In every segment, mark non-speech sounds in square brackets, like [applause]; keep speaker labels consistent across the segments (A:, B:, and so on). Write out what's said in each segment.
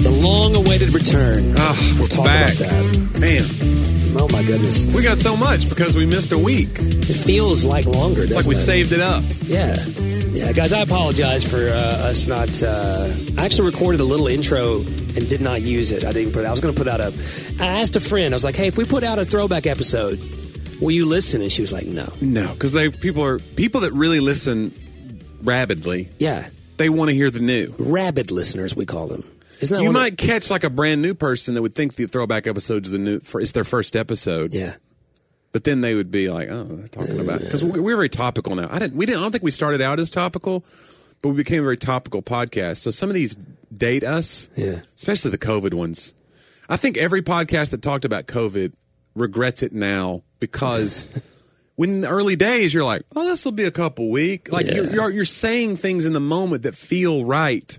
A: The long awaited return.
B: Oh, we're
A: we'll talk
B: back.
A: about that.
B: Man,
A: Oh, my goodness.
B: we got so much because we missed a week. It's
A: It feels like longer, doesn't
B: like we
A: it?
B: saved it up.
A: Yeah. Yeah, guys, I apologize for uh, us not. Uh, I actually recorded a little intro and did not use it. I didn't put it. I was going to put out a. I asked a friend. I was like, "Hey, if we put out a throwback episode, will you listen?" And she was like, "No."
B: No, because they people are people that really listen rabidly.
A: Yeah,
B: They want to hear the new.
A: rabid listeners, we call them. Isn't that
B: You
A: one of-
B: might catch like a brand new person that would think the throwback episode's the new. For, it's their first episode.
A: yeah.
B: But then they would be like, "Oh, they're talking about because we're, we're very topical now." I didn't. We didn't. I don't think we started out as topical, but we became a very topical podcast. So some of these date us.
A: Yeah.
B: Especially the COVID ones. I think every podcast that talked about COVID regrets it now
A: [laughs]
B: because. When in the early days, you're like, "Oh, this will be a couple week." Like you're,
A: Yeah.
B: you're you're saying things in the moment that feel right.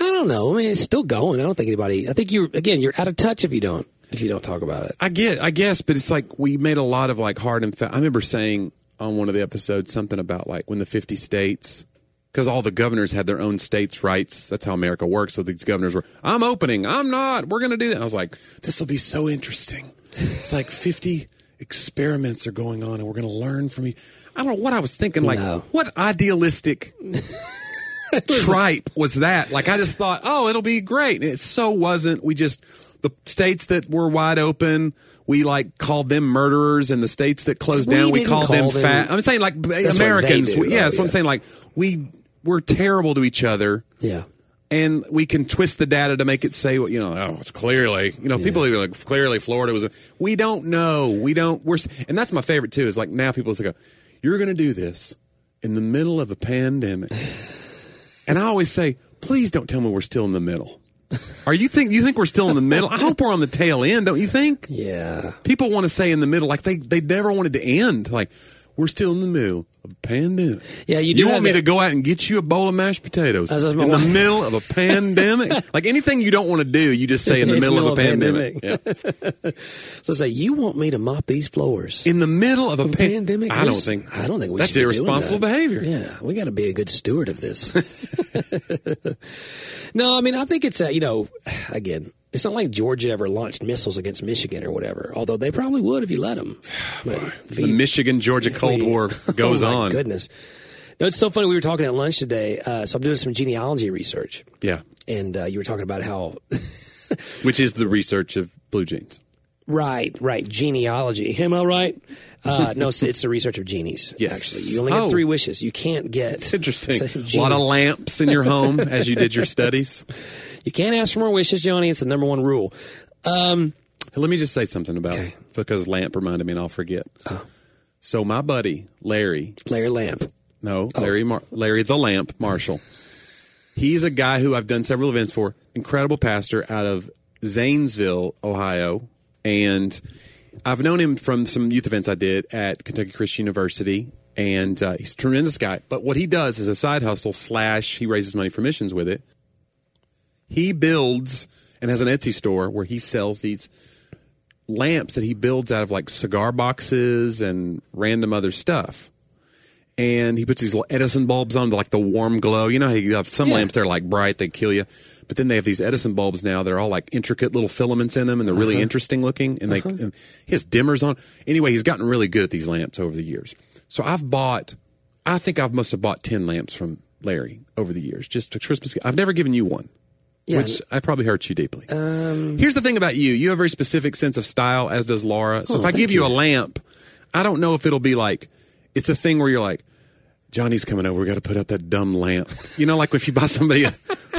A: I don't know. I mean, it's still going. I don't think anybody. I think you again. You're out of touch if you don't if you don't talk about it.
B: I get, I guess, but it's like we made a lot of like hard and fast. I remember saying on one of the episodes something about like when the 50 states, because all the governors had their own states' rights. That's how America works. So these governors were, I'm opening, I'm not, we're going to do that. And I was like, this will be so interesting. It's like 50 experiments are going on and we're going to learn from you. I don't know what I was thinking. Like,
A: No.
B: what idealistic tripe was that? Like I just thought, oh, it'll be great. And it so wasn't. We just the states that were wide open, we like called them murderers, and the states that closed
A: We
B: down, we
A: didn't
B: called
A: call
B: them,
A: them-
B: fat. I'm saying like b-
A: That's what they
B: Americans.
A: do,
B: we- yeah,
A: though,
B: that's what I'm
A: yeah.
B: saying. Like we were terrible to each other.
A: Yeah.
B: And we can twist the data to make it say what you know. Oh, it's clearly, you know, people are like clearly Florida was. A, we don't know. We don't. We're s- and that's my favorite too. Is like now people just go, you're going to do this in the middle of a pandemic. And I always say, please don't tell me we're still in the middle. Are you think you think we're still in the middle? I hope we're on the tail end, don't you think?
A: Yeah.
B: People want to say in the middle, like they they never wanted to end. Like we're still in the middle of a pandemic.
A: Yeah, you do
B: want
A: have
B: me
A: that-
B: to go out and get you a bowl of mashed potatoes
A: That's what
B: in
A: my
B: the
A: wife- [laughs]
B: middle of a pandemic? like anything you don't want to do, you just say in the
A: It's
B: middle, of a pandemic. Yeah.
A: [laughs] So say you want me to mop these floors.
B: In the middle of a, pan-
A: [laughs] pandemic.
B: I don't
A: There's-
B: think.
A: I don't think we
B: that's
A: should be doing
B: irresponsible
A: that.
B: behavior.
A: Yeah, we got to be a good steward of this. [laughs] no, I mean I think it's uh, you know again. It's not like Georgia ever launched missiles against Michigan or whatever, although they probably would if you let
B: [sighs]
A: them. But if
B: The
A: you-
B: Michigan Georgia Cold
A: we-
B: War
A: [laughs]
B: goes
A: oh my
B: on.
A: Goodness, no, it's so funny. We were talking at lunch today, uh, so I'm doing some genealogy research,
B: Yeah,
A: and uh, you were talking about how
B: which is the research of blue jeans.
A: Right, right. Genealogy. Am I right? Uh, no, it's, it's the research of genies.
B: [laughs] Yes.
A: Actually, you only get
B: Oh.
A: three wishes. You can't get.
B: It's
A: [laughs]
B: interesting.
A: it's
B: a lot of
A: genie.
B: lamps in your home as you
A: [laughs]
B: did your studies.
A: you can't ask for more wishes, Johnny. It's the number one rule.
B: Hey, let me just say something about
A: Okay.
B: because lamp reminded me and I'll forget. So my buddy Larry,
A: Larry Lamp.
B: no Larry, Mar- Larry the Lamp Marshall. He's a guy who I've done several events for. Incredible pastor out of Zanesville, Ohio, and I've known him from some youth events I did at Kentucky Christian University, and uh, he's a tremendous guy. But what he does is a side hustle slash he raises money for missions with it. He builds and has an Etsy store where he sells these lamps that he builds out of like cigar boxes and random other stuff. And he puts these little Edison bulbs on, like the warm glow. You know, how you have some
A: Yeah.
B: lamps they're like bright, they kill you. But then they have these Edison bulbs now that are all like intricate little filaments in them, and they're
A: Uh-huh.
B: really interesting looking. And they and he has dimmers on. Anyway, he's gotten really good at these lamps over the years. So I've bought, I think I must have bought ten lamps from Larry over the years, just a Christmas. gift. I've never given you one
A: Yeah. Um,
B: which I probably hurt you deeply. Here's the thing about you: you have a very specific sense of style, as does Laura. So if I
A: Oh, thank
B: give you, a
A: you.
B: lamp, I don't know if it'll be like it's a thing where you're like, Johnny's coming over, we got to put out that dumb lamp. You know, like if you buy somebody a,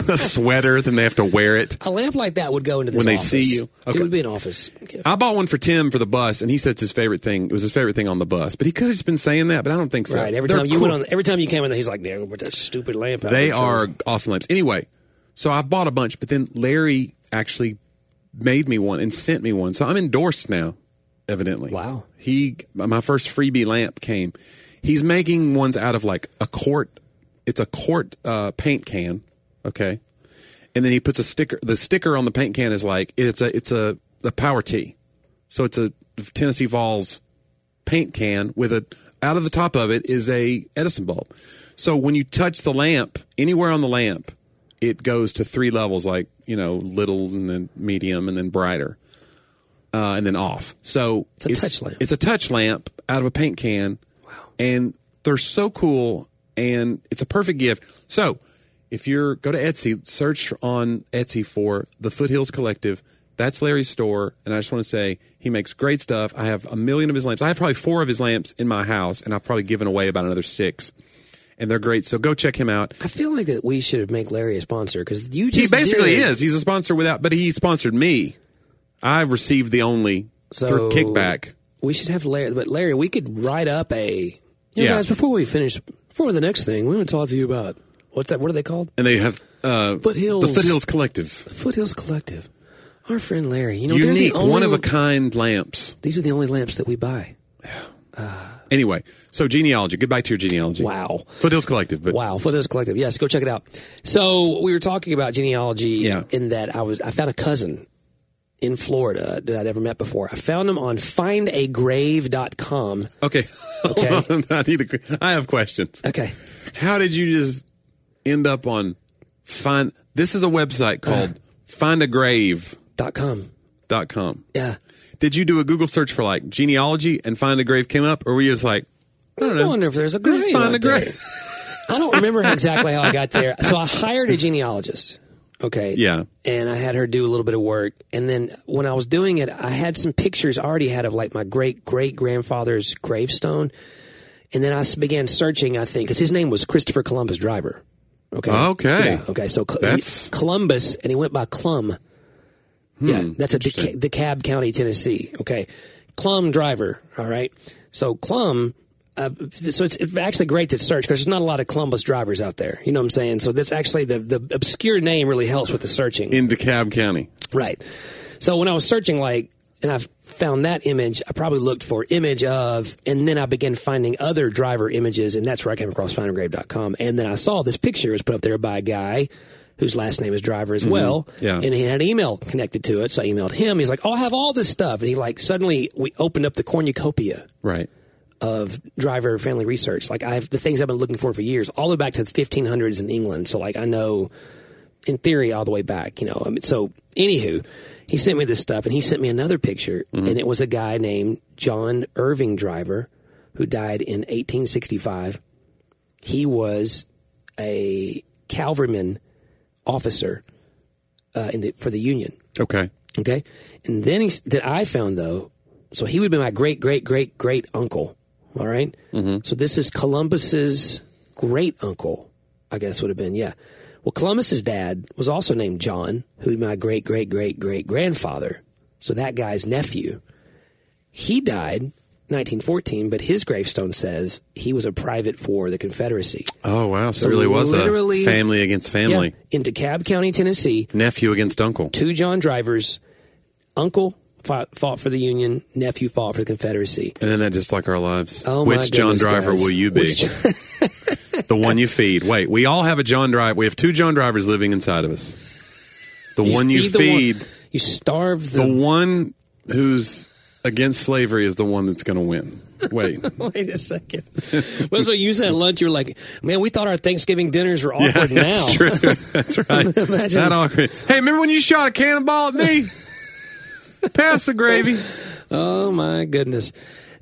B: a sweater, then they have to wear it.
A: A lamp like that would go into this
B: When they
A: office.
B: see you. Okay. Uh,
A: It would be an office. Okay.
B: I bought one for Tim for the bus, and he said it's his favorite thing. It was his favorite thing on the bus, but he could have just been saying that, but I don't think so.
A: Right. Every
B: They're
A: time you
B: cool.
A: went on, every time you came in, there, he's like, "Yeah, with that stupid lamp." out
B: They
A: there."
B: are awesome lamps. Anyway, so I've bought a bunch, but then Larry actually made me one and sent me one. So I'm endorsed now, evidently.
A: Wow.
B: He my first freebie lamp came. He's making ones out of like a quart. It's a quart uh, paint can. Okay. And then he puts a sticker. The sticker on the paint can is like it's a it's a the power tee. So it's a Tennessee Vols paint can with a out of the top of it is a Edison bulb. So when you touch the lamp anywhere on the lamp, it goes to three levels, like you know, little and then medium and then brighter, uh, and then off. So
A: It's a touch lamp.
B: It's a touch lamp out of a paint can. Wow. And they're so cool, and it's a perfect gift. So if you're go to Etsy, search on Etsy for the Foothills Collective. That's Larry's store, and I just want to say he makes great stuff. I have a million of his lamps. I have probably four of his lamps in my house, and I've probably given away about another six. And they're great, so go check him out.
A: I feel like that we should make Larry a sponsor because you
B: He
A: just
B: basically
A: did.
B: is. He's a sponsor without, but he sponsored me. I received the only
A: So-
B: through kickback.
A: We should have Larry, but Larry, we could write up a. You know,
B: Yeah.
A: guys, before we finish, before the next thing, we want to talk to you about what's that? What are they called?
B: And they have uh,
A: Foothills.
B: the Foothills Collective.
A: Foothills Collective. Our friend Larry. You know, they're the
B: Unique,
A: only-
B: one of a kind lamps.
A: These are the only lamps that we buy.
B: Anyway, so genealogy. Goodbye to your genealogy.
A: Wow.
B: Foothills Collective, but
A: Wow, for those collective, yes, go check it out. So we were talking about genealogy.
B: Yeah.
A: In that I was, I found a cousin in Florida that I'd never met before. I found him on findagrave.com.
B: okay.
A: Okay.
B: Hold [laughs] on. I need to. I have questions.
A: Okay.
B: How did you just end up on find? This is a website called findagrave.com.
A: Dot com. Yeah.
B: Did you do a Google search for like genealogy and find a grave came up, or were you just like, I don't
A: I
B: know,
A: wonder if there's a grave.
B: find a
A: out there.
B: grave?
A: I don't remember exactly how I got there. So I hired a genealogist. Okay.
B: Yeah.
A: And I had her do a little bit of work. And then when I was doing it, I had some pictures I already had of like my great great grandfather's gravestone. And then I s- began searching, I think, because his name was Christopher Columbus Driver. Okay.
B: Okay.
A: Yeah, okay. So Col-
B: That's- Hmm,
A: Columbus, and he went by Clum. yeah. That's a Deca- DeKalb County, Tennessee. Okay. Clum Driver. All right. So Clum. Uh, so it's, it's actually great to search because there's not a lot of Columbus drivers out there. You know what I'm saying? So that's actually the, the obscure name really helps with the searching.
B: in DeKalb County.
A: Right. So when I was searching, like, and I found that image, I probably looked for image of, and then I began finding other driver images, and that's where I came across findagrave.com. And then I saw this picture was put up there by a guy whose last name is Driver as well.
B: Yeah.
A: And he had an email connected to it. So I emailed him. He's like, Oh, I have all this stuff. And he, like, suddenly we opened up the cornucopia
B: Right.
A: of driver family research. Like I have the things I've been looking for for years, all the way back to the 1500s in England. So like I know, in theory, all the way back. You know, I mean, so anywho, he sent me this stuff, and he sent me another picture, and it was a guy named John Irving Driver, who died in 1865. He was a cavalryman officer uh, in the, for the Union.
B: Okay.
A: Okay. And then he, that I found though, so he would be my great, great, great, great uncle. All right? So this is Columbus's great uncle, I guess would have been. Yeah. Well, Columbus's dad was also named John, who would be my great, great, great, great grandfather. So that guy's nephew. He died 1914, but his gravestone says he was a private for the Confederacy.
B: Oh wow! So,
A: So
B: it really was
A: literally-
B: a family against family,
A: In DeKalb County, Tennessee,
B: nephew against uncle.
A: two John drivers. Uncle fought, fought for the Union. Nephew fought for the Confederacy.
B: And then that just like our lives.
A: Oh, my
B: Which John
A: goodness,
B: Driver
A: guys.
B: will you be?
A: Which John-
B: the
A: [laughs]
B: one you feed. Wait, we all have a John Driver. We have two John Drivers living inside of us. The
A: [laughs]
B: one you
A: the
B: feed,
A: one- you starve [laughs]
B: the
A: the.
B: one who's against slavery is the one that's going to win.
A: [laughs]
B: Wait,
A: Wait a second. well, so you said at lunch, you were like, "Man, we thought our Thanksgiving dinners were awkward now." [laughs]
B: that's true. [laughs] That's right. That awkward. Hey, remember when you shot a cannonball
A: [laughs]
B: at me? Pass the gravy.
A: Oh my goodness.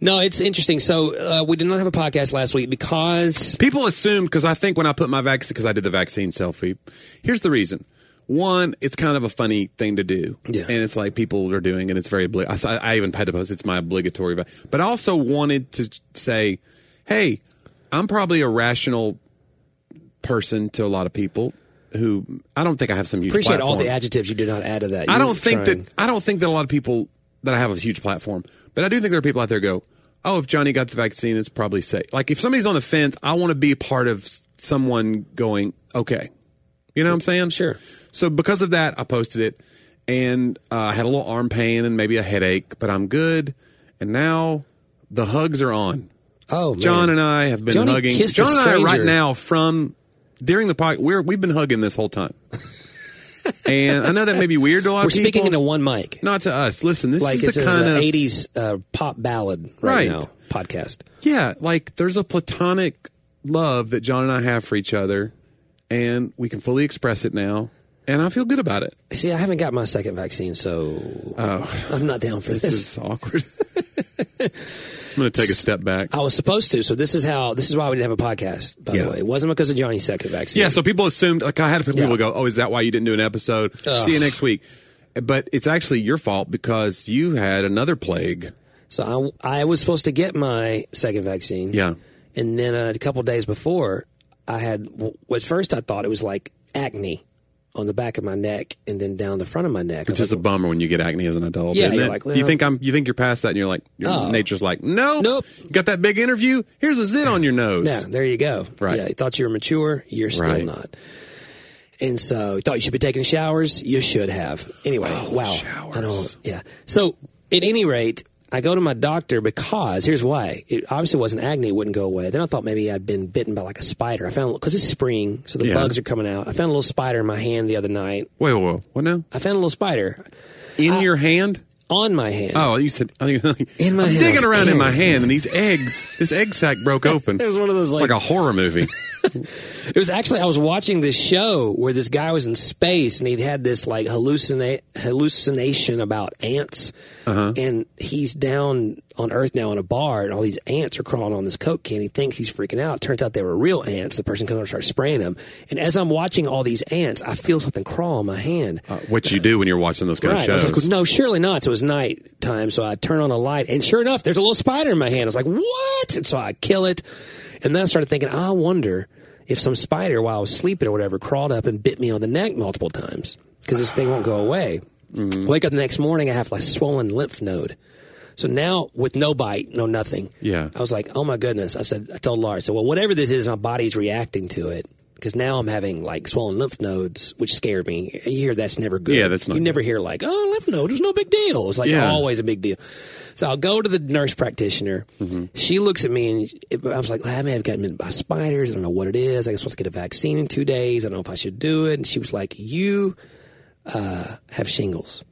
A: No, it's interesting. So uh, we did not have a podcast last week because
B: People assumed because I think when I put my vaccine, because I did the vaccine selfie. Here's the reason: one, it's kind of a funny thing to do,
A: Yeah.
B: and it's like people are doing, and it's very. Obli- I, s- I even had to post. It's my obligatory, va- but I also wanted to say, hey, I'm probably a rational person to a lot of people who I don't think I have some huge
A: appreciate all the
B: platform.
A: adjectives you did not add to that.
B: I
A: You
B: don't
A: were
B: think
A: trying.
B: that I don't think that a lot of people that I have a huge platform, but I do think there are people out there who go, "Oh, if Johnny got the vaccine, it's probably safe." Like if somebody's on the fence, I want to be part of s- someone going, "Okay," you know what I'm saying?
A: Sure.
B: So because of that, I posted it, and uh, I had a little arm pain and maybe a headache, but I'm good. And now the hugs are on.
A: Oh, man.
B: John and I have been
A: Johnny
B: hugging.
A: kissed a
B: John and I right
A: stranger.
B: now from during the podcast, we're we've been hugging this
A: [laughs]
B: whole time. and I know that may be weird to a lot
A: we're
B: of people.
A: speaking into one mic,
B: not to us. Listen, this
A: like
B: is
A: it's
B: the
A: an
B: kind of
A: '80s uh, pop ballad right,
B: Right.
A: now podcast.
B: yeah, like there's a platonic love that John and I have for each other and we can fully express it now. And I feel good about it.
A: See, I haven't got my second vaccine, so I'm not down for this.
B: Oh. This is awkward. [laughs] I'm going to take a step back.
A: I was supposed to, so this is how this is why we didn't have a podcast. By
B: Yeah.
A: the way, it wasn't because of Johnny's second vaccine.
B: Yeah, so people assumed like I had people
A: Yeah.
B: go, "Oh, is that why you didn't do an episode? See you next week." But it's actually your fault because you had another plague.
A: So I, I was supposed to get my second vaccine.
B: Yeah.
A: And then uh, a couple days before, I had, w- at first I thought it was like acne on the back of my neck and then down the front of my neck.
B: It's just a bummer when you get acne as an adult.
A: Yeah,
B: isn't
A: you're
B: it?
A: like,
B: you
A: well-
B: think I'm? You think you're past that, and you're like, your
A: Oh.
B: nature's like, no,
A: Nope.
B: You got that big interview. Here's a zit on your nose.
A: Yeah, there you go.
B: Right.
A: Yeah, you thought you were mature. You're still
B: Right.
A: not. And so, you thought you should be taking showers. You should have. Anyway, wow.
B: Oh, showers.
A: I don't. Yeah. So, at any rate, I go to my doctor because here's why. It obviously wasn't acne. It wouldn't go away. Then I thought maybe I'd been bitten by like a spider. I found because it's spring, so the
B: Yeah.
A: bugs are coming out. I found a little spider in my hand the other night.
B: Wait, whoa, whoa. what now?
A: I found a little spider
B: In your hand?
A: on my hand.
B: Oh, you said [laughs] I think
A: In my
B: I'm
A: hand, I
B: digging
A: was
B: around in my
A: scared.
B: hand, and these eggs, this egg sack broke open.
A: [laughs] It was one of those
B: It's
A: like,
B: like a horror
A: [laughs]
B: movie.
A: It was actually I was watching this show where this guy was in space and he'd had this like hallucinate hallucination about ants, and he's down on Earth now in a bar and all these ants are crawling on this coke can. He thinks he's freaking out. Turns out they were real ants. The person comes over and starts spraying him. And as I'm watching all these ants, I feel something crawl on my hand.
B: what you do when you're watching those kind
A: Right. I was
B: of shows?
A: like, no, surely not. So it was night time. So I turn on a light, and sure enough, there's a little spider in my hand. I was like, what? And so I kill it. And then I started thinking, I wonder if some spider, while I was sleeping or whatever, crawled up and bit me on the neck multiple times because this thing won't go away.
B: Mm-hmm.
A: Wake up the next morning, I have like swollen lymph node. So now with no bite, no nothing.
B: Yeah.
A: I was like, oh my goodness. I said, I told Laura, I said, well, whatever this is, my body's reacting to it. Because now I'm having like swollen lymph nodes, which scared me. You hear that's never good.
B: Yeah, that's not
A: You
B: good.
A: never hear like, oh, lymph node is no big deal. It's like
B: Yeah.
A: always a big deal. So I'll go to the nurse practitioner.
B: Mm-hmm.
A: She looks at me and it- I was like, I may have gotten bitten by spiders. I don't know what it is. I guess I'm supposed to get a vaccine in two days. I don't know if I should do it. And she was like, you uh, have shingles.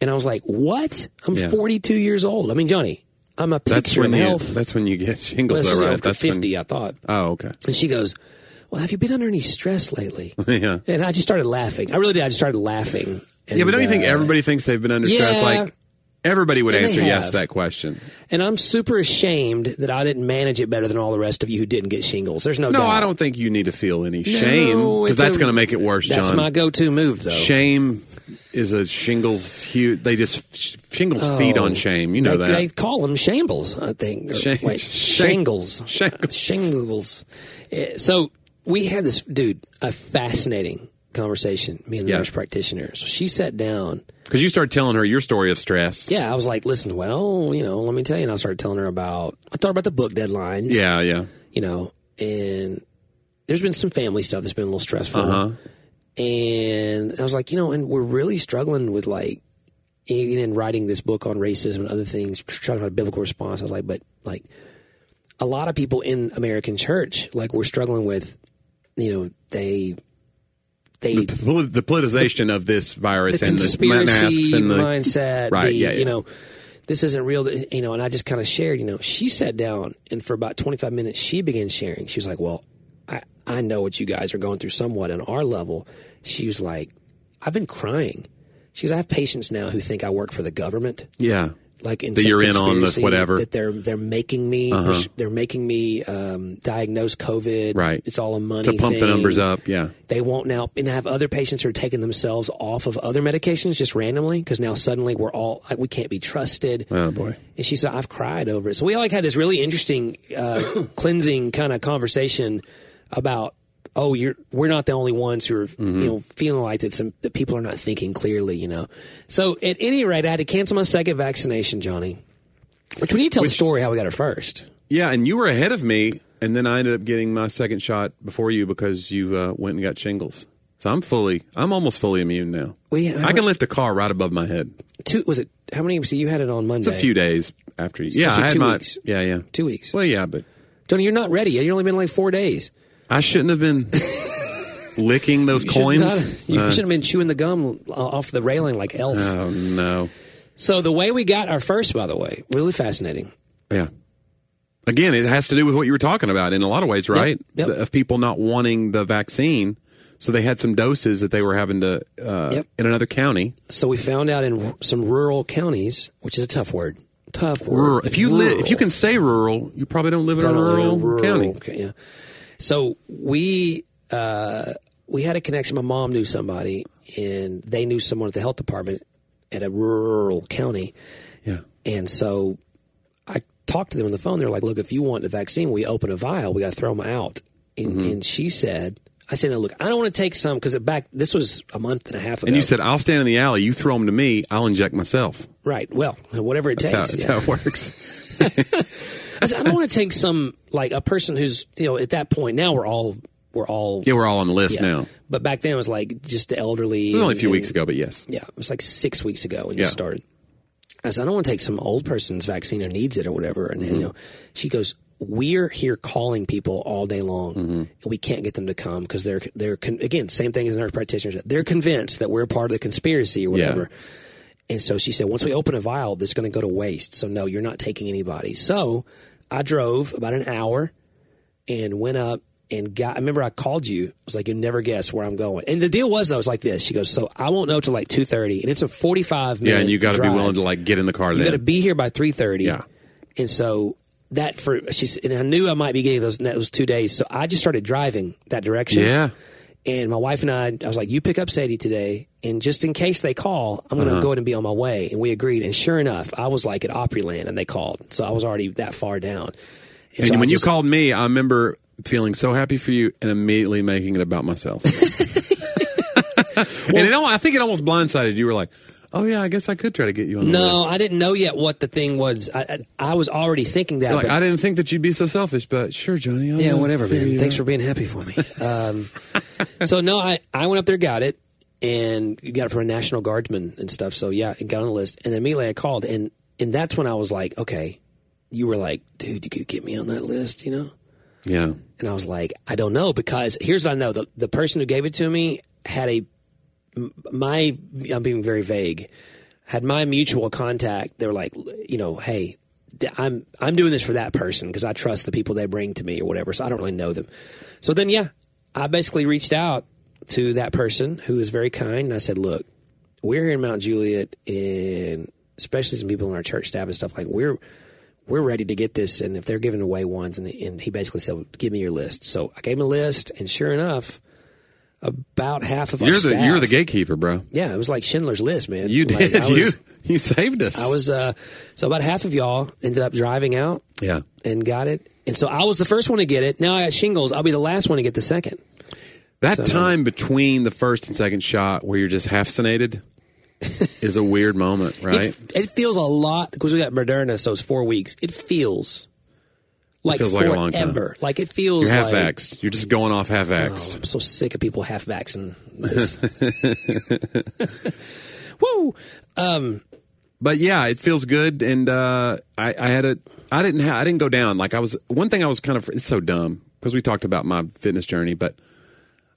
A: And I was like, what? I'm
B: Yeah.
A: 42 years old. I mean, Johnny, I'm a picture
B: that's when
A: of
B: you.
A: health.
B: That's when you get shingles.
A: this
B: though,
A: is
B: right?
A: after
B: That's when-
A: 50, I thought.
B: oh, okay.
A: And she goes, well, have you been under any stress lately?
B: [laughs] Yeah.
A: And I just started laughing. I really did. I just started laughing. And,
B: Yeah, but don't you think
A: uh,
B: everybody thinks they've been under stress?
A: Yeah.
B: Like everybody would
A: And they
B: answer yes
A: have.
B: to that question.
A: And I'm super ashamed that I didn't manage it better than all the rest of you who didn't get shingles. There's no,
B: No,
A: doubt.
B: I don't think you need to feel any shame because
A: it's
B: that's
A: a-
B: going to make it worse,
A: That's
B: John.
A: my go-to move, though.
B: shame is a shingles huge. They just sh- shingles feed on shame. You know
A: they,
B: that.
A: they call them shambles, I think. or-
B: Shang-
A: wait,
B: shang-
A: shangles.
B: shangles.
A: Shangles. Eh, So we had this, dude, a fascinating conversation, me and the
B: Yeah.
A: nurse practitioner. So she sat down.
B: Because you start telling her your story of stress.
A: Yeah, I was like, listen, well, you know, let me tell you. And I started telling her about, I thought about the book deadlines.
B: yeah, yeah.
A: you know, and there's been some family stuff that's been a little stressful. And I was like, you know, and we're really struggling with like, even in writing this book on racism and other things, tr- trying to find a biblical response. I was like, but like, a lot of people in American church, like, we're struggling with, you know, they, they,
B: The, poli- the politicization of this virus
A: the
B: and the ma- masks
A: conspiracy
B: and the
A: mindset.
B: Right,
A: the,
B: yeah, yeah.
A: You know, this isn't real. You know, and I just kind of shared. You know, she sat down and for about 25 minutes she began sharing. She was like, "Well, I I know what you guys are going through somewhat on our level." She was like, "I've been crying." She goes, "I have patients now who think I work for the government."
B: yeah.
A: like in
B: That
A: some
B: you're in on this
A: conspiracy
B: whatever. Uh-huh.
A: that they're they're making me they're making me um, diagnose COVID.
B: Right.
A: it's all a money
B: To pump the
A: thing.
B: numbers up. Yeah.
A: They won't now, and have other patients who are taking themselves off of other medications just randomly because now suddenly we're all like, we can't be trusted.
B: Oh boy.
A: And she said, "I've cried over it." So we like had this really interesting uh, [coughs] cleansing kind of conversation about, oh, you're we're not the only ones who are
B: Mm-hmm.
A: you know feeling like that some that people are not thinking clearly, you know. So at any rate, I had to cancel my second vaccination, Johnny. Which we need to tell the story how we got it first.
B: Yeah, and you were ahead of me, and then I ended up getting my second shot before you because you uh, went and got shingles. So I'm fully, I'm almost fully immune now.
A: We-
B: I can lift a car right above my head.
A: Two was it? How many? So you had it on Monday.
B: It's a few days after you. yeah,
A: supposed to be
B: I had
A: two
B: my.
A: weeks.
B: Yeah, yeah.
A: Two weeks.
B: Well, yeah, but
A: Johnny, you're not ready. yet. You've only been like four days.
B: I shouldn't have
A: [laughs]
B: been licking those
A: Should
B: coins.
A: not- you
B: Uh,
A: should have been chewing the gum uh, off the railing like Elf.
B: Oh no.
A: So the way we got our first, by the way, really fascinating.
B: Yeah. again, it has to do with what you were talking about in a lot of ways, right?
A: yep.
B: Of people not wanting the vaccine. So they had some doses that they were having to uh,
A: Yep.
B: in another county.
A: So we found out in r- some rural counties, which is a tough word. Tough word.
B: Rural. If you li- if
A: Rural.
B: you can say rural, you probably don't live in a
A: I don't live in
B: rural,
A: a rural
B: county.
A: ca- Yeah. So we uh, we had a connection. My mom knew somebody, and they knew someone at the health department at a rural county,
B: Yeah.
A: and so I talked to them on the phone. They're like, "Look, if you want the vaccine, we open a vial. We got to throw them out." And,
B: Mm-hmm.
A: and she said, "I said, no, look, I don't want to take some because back this was a month and a half ago.
B: And you said, "I'll stand in the alley. You throw them to me. I'll inject myself."
A: right? Well, whatever it
B: That's how,
A: takes.
B: that's
A: yeah.
B: how
A: [laughs]
B: it works.
A: I said, I don't want to take some like a person who's you know at that point now we're all we're all
B: Yeah, we're all on the list
A: Yeah.
B: now.
A: But back then it was like just the elderly.
B: It was only a few
A: and-
B: weeks ago, but yes.
A: Yeah, it was like six weeks ago when
B: Yeah.
A: this started. I said, I don't want to take some old person's vaccine who needs it or whatever. And you know, she goes, "We're here calling people all day long, and we can't get them to come because they're they're con- again same thing as nurse practitioners. They're convinced that we're part of the conspiracy or whatever." And so she said, once we open a vial, that's going to go to waste. So no, you're not taking anybody. So I drove about an hour and went up and got. I remember I called you. I was like, "You'll never guess where I'm going." And the deal was, though, it was like this. She goes, "So I won't know till like two thirty, and it's a forty five minute.
B: Yeah, and you got to be
A: drive.
B: willing to like get in the car
A: You got to
B: then.
A: be here by three thirty.
B: Yeah.
A: And so that for she s- and I knew I might be getting those those two days. So I just started driving that direction.
B: Yeah.
A: And my wife and I, I was like, "You pick up Sadie today, and just in case they call, I'm going
B: Uh-huh.
A: to go in and be on my way." And we agreed. And sure enough, I was like at Opryland, and they called, so I was already that far down.
B: And
A: so I
B: when
A: just-
B: you called me, I remember feeling so happy for you and immediately making it
A: [laughs]
B: about myself. [laughs] and it, al- I think it almost blindsided you. You were like, "Oh yeah, I guess I could try to get you on." the
A: No,
B: list."
A: I didn't know yet what the thing was. I I, I was already thinking that.
B: like
A: but,
B: I didn't think that you'd be so selfish, but sure, Johnny. I'll
A: yeah,
B: uh,
A: whatever,
B: figure
A: man.
B: you
A: Thanks
B: out.
A: for being happy for me. Um, [laughs] so no, I I went up there, got it, and got it from a National Guardsman and stuff. So yeah, it got on the list, and then immediately I called, and and that's when I was like, okay, you were like, dude, you could get me on that list, you know.
B: Yeah.
A: And I was like, I don't know because here's what I know: the the person who gave it to me had a m- my I'm being very vague. Had my mutual contact, they were like, you know, hey, th- I'm I'm doing this for that person because I trust the people they bring to me or whatever. So I don't really know them. So then, yeah, I basically reached out to that person who was very kind, and I said, look, we're here in Mount Juliet, and especially some people in our church staff and stuff like we're we're ready to get this, and if they're giving away ones, and, and he basically said, well, give me your list. So I gave him a list, and sure enough. About half of our
B: You're the you're the
A: staff-
B: gatekeeper, bro.
A: yeah, it was like Schindler's List, man.
B: You
A: Like,
B: did.
A: I
B: [laughs] you
A: was,
B: you saved us.
A: I was uh, so about half of y'all ended up driving out
B: Yeah.
A: and got it, and so I was the first one to get it. Now I got shingles. I'll be the last one to get the second.
B: That time between the first and second shot where you're just half-sinated is a
A: [laughs]
B: weird moment, right?
A: It, it feels a lot because we got Moderna, so it's four weeks. It feels like
B: feels like a
A: forever.
B: long time.
A: Like it feels
B: you're
A: like
B: half-axed. You're just going off half-axed.
A: I'm so sick of people half
B: [laughs]
A: vaxxing this. [laughs] Woo!
B: but yeah, it feels good. And uh, I, I had a, I didn't, ha- I didn't go down. Like I was one thing I was kind of, it's so dumb because we talked about my fitness journey, but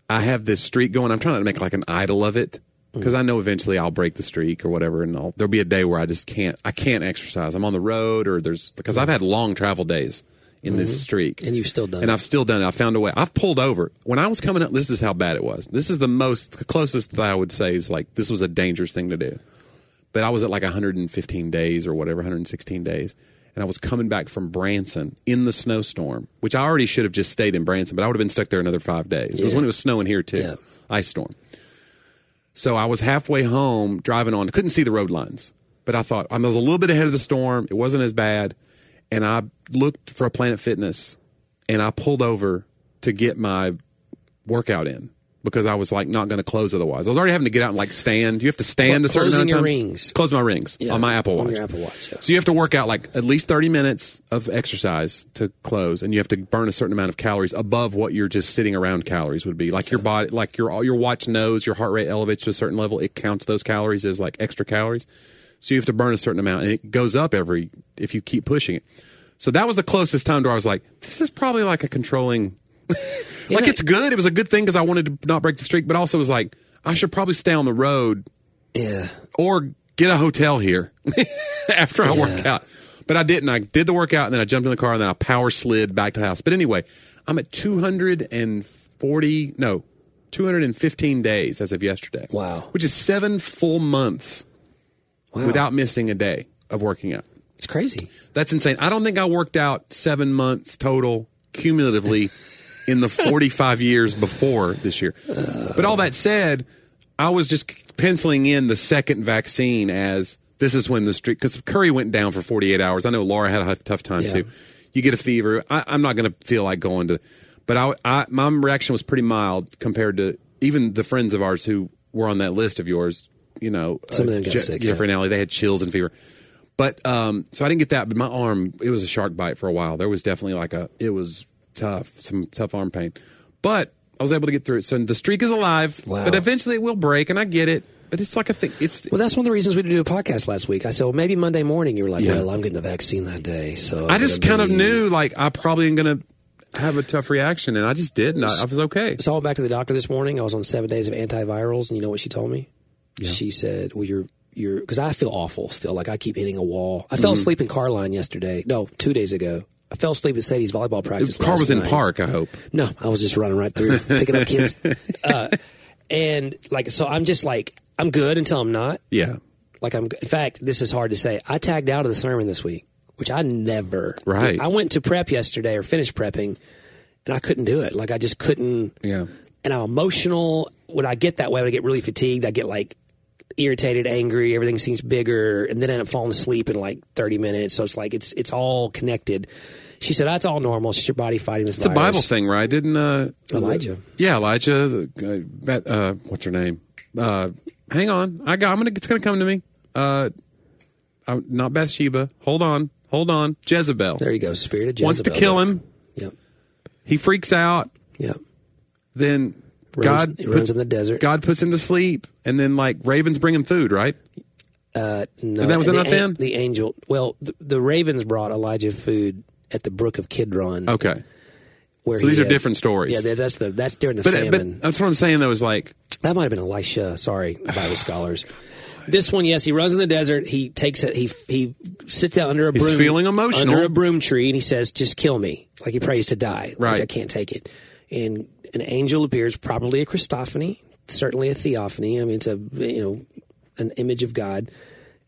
B: I have this streak going. I'm trying to make like an idol of it because I know eventually I'll break the streak or whatever, and I'll, there'll be a day where I just can't, I can't exercise. I'm on the road or there's because I've had long travel days in this streak,
A: Mm-hmm. And you've still done
B: and
A: it.
B: I've still done it. I found a way. I've pulled over when I was coming up. This is how bad it was. This is the most the closest that I would say is like this was a dangerous thing to do but I was at like 115 days or whatever, 116 days. And I was coming back from Branson in the snowstorm, which I already should have just stayed in Branson, but I would have been stuck there another five days. It was
A: Yeah.
B: when it was snowing here too,
A: Yeah.
B: ice storm. So I was halfway home driving on, couldn't see the road lines, but I thought I was a little bit ahead of the storm. It wasn't as bad. And I looked for a Planet Fitness and I pulled over to get my workout in because I was like not going to close otherwise. I was already having to get out and like stand. You have to stand a certain
A: Closing
B: amount
A: your
B: of times.
A: rings.
B: Close my rings
A: Yeah,
B: on my Apple
A: on
B: Watch.
A: your Apple Watch, yeah.
B: So you have to work out like at least 30 minutes of exercise to close and you have to burn a certain amount of calories above what you're just sitting around calories would be. Like your body like your your watch knows your heart rate elevates to a certain level, it counts those calories as like extra calories. So you have to burn a certain amount and it goes up every if you keep pushing it. So that was the closest time to where I was like this is probably like a controlling [laughs] like
A: And I-
B: it's good. It was a good thing because I wanted to not break the streak, but also was like I should probably stay on the road
A: Yeah.
B: [laughs] or get a hotel here after I work out. But I didn't. I did the workout and then I jumped in the car and then I power slid back to the house. But anyway, I'm at 240, no, 215 days as of yesterday.
A: Wow.
B: Which is seven full months without missing a day of working out.
A: It's crazy.
B: That's insane. I don't think I worked out seven months total cumulatively in the 45 years before this year. But all that said, I was just penciling in the second vaccine as this is when the streak, because Curry went down for 48 hours. I know Laura had a hu- tough time
A: Yeah.
B: too. You get a fever. I, I'm not going to feel like going to, but I, I, my reaction was pretty mild compared to even the friends of ours who were on that list of yours. You know, uh,
A: Some of them got
B: Je-
A: sick,
B: Jeffrey
A: yeah.
B: and Allie, they had chills and fever. But um, so I didn't get that. But my arm, it was a shark bite for a while. There was definitely like a, it was tough, some tough arm pain. But I was able to get through it. So the streak is alive.
A: Wow.
B: But eventually it will break, and I get it. But it's like a thing. It's
A: Well, that's one of the reasons we didn't do a podcast last week. I said, well, maybe Monday morning. You were like,
B: Yeah.
A: well, I'm getting the vaccine that day. So
B: I
A: I'm
B: just
A: gonna
B: kind of
A: be-
B: knew like I probably am gonna have a tough reaction, and I just did, and I, I was okay.
A: So I went back to the doctor this morning. I was on seven days of antivirals, and you know what she told me? She said, "Well, you're you're because I feel awful still. Like I keep hitting a wall. I fell
B: Mm-hmm.
A: asleep in car line yesterday. No, two days ago. I fell asleep at Sadie's volleyball practice.
B: Car
A: last
B: was in
A: night.
B: park. I hope.
A: No, I was just running right through picking up
B: [laughs]
A: kids. Uh, and like, so I'm just like, I'm good until I'm not.
B: Yeah.
A: Like I'm. In fact, this is hard to say. I tagged out of the sermon this week, which I never.
B: Right.
A: I went to prep yesterday or finished prepping, and I couldn't do it. Like I just couldn't
B: Yeah.
A: and I'm emotional. When I get that way, when I get really fatigued, I get like irritated, angry, everything seems bigger, and then I end up falling asleep in like 30 minutes. So it's like it's it's all connected. She said, That's all normal. It's just your body fighting this
B: It's a Bible thing, right? Didn't uh,
A: Elijah.
B: Yeah, Elijah. the, Uh, Bet- uh, what's her name? Uh, hang on. I got. I'm gonna. It's gonna come to me. Uh, I'm, not Bathsheba. Hold on. Hold on. Jezebel,
A: There you go. Spirit of Jezebel.
B: wants to kill him.
A: Yep.
B: He freaks out.
A: Yep.
B: Then
A: Runs,
B: God
A: he
B: put-
A: runs in the desert.
B: God puts him to sleep, and then like ravens bring him food, right?
A: no,
B: and that was
A: and
B: enough
A: the, an-
B: then?
A: The angel. Well, the, the ravens brought Elijah food at the brook of Kidron.
B: Okay.
A: where
B: Oh, so
A: he
B: these are
A: had-
B: different stories.
A: Yeah, that- that's the that's during the
B: But,
A: famine.
B: but that's what I'm saying though is like
A: That might have been Elisha. Sorry, Bible scholars. This one, yes, he runs in the desert. He takes it. He he sits down under a
B: He's
A: broom,
B: feeling emotional.
A: under a broom tree, and he says, "Just kill me." Like he prays to die. Like,
B: Right.
A: I can't take it. And an angel appears, probably a Christophany, certainly a theophany. I mean, it's a you know an image of God,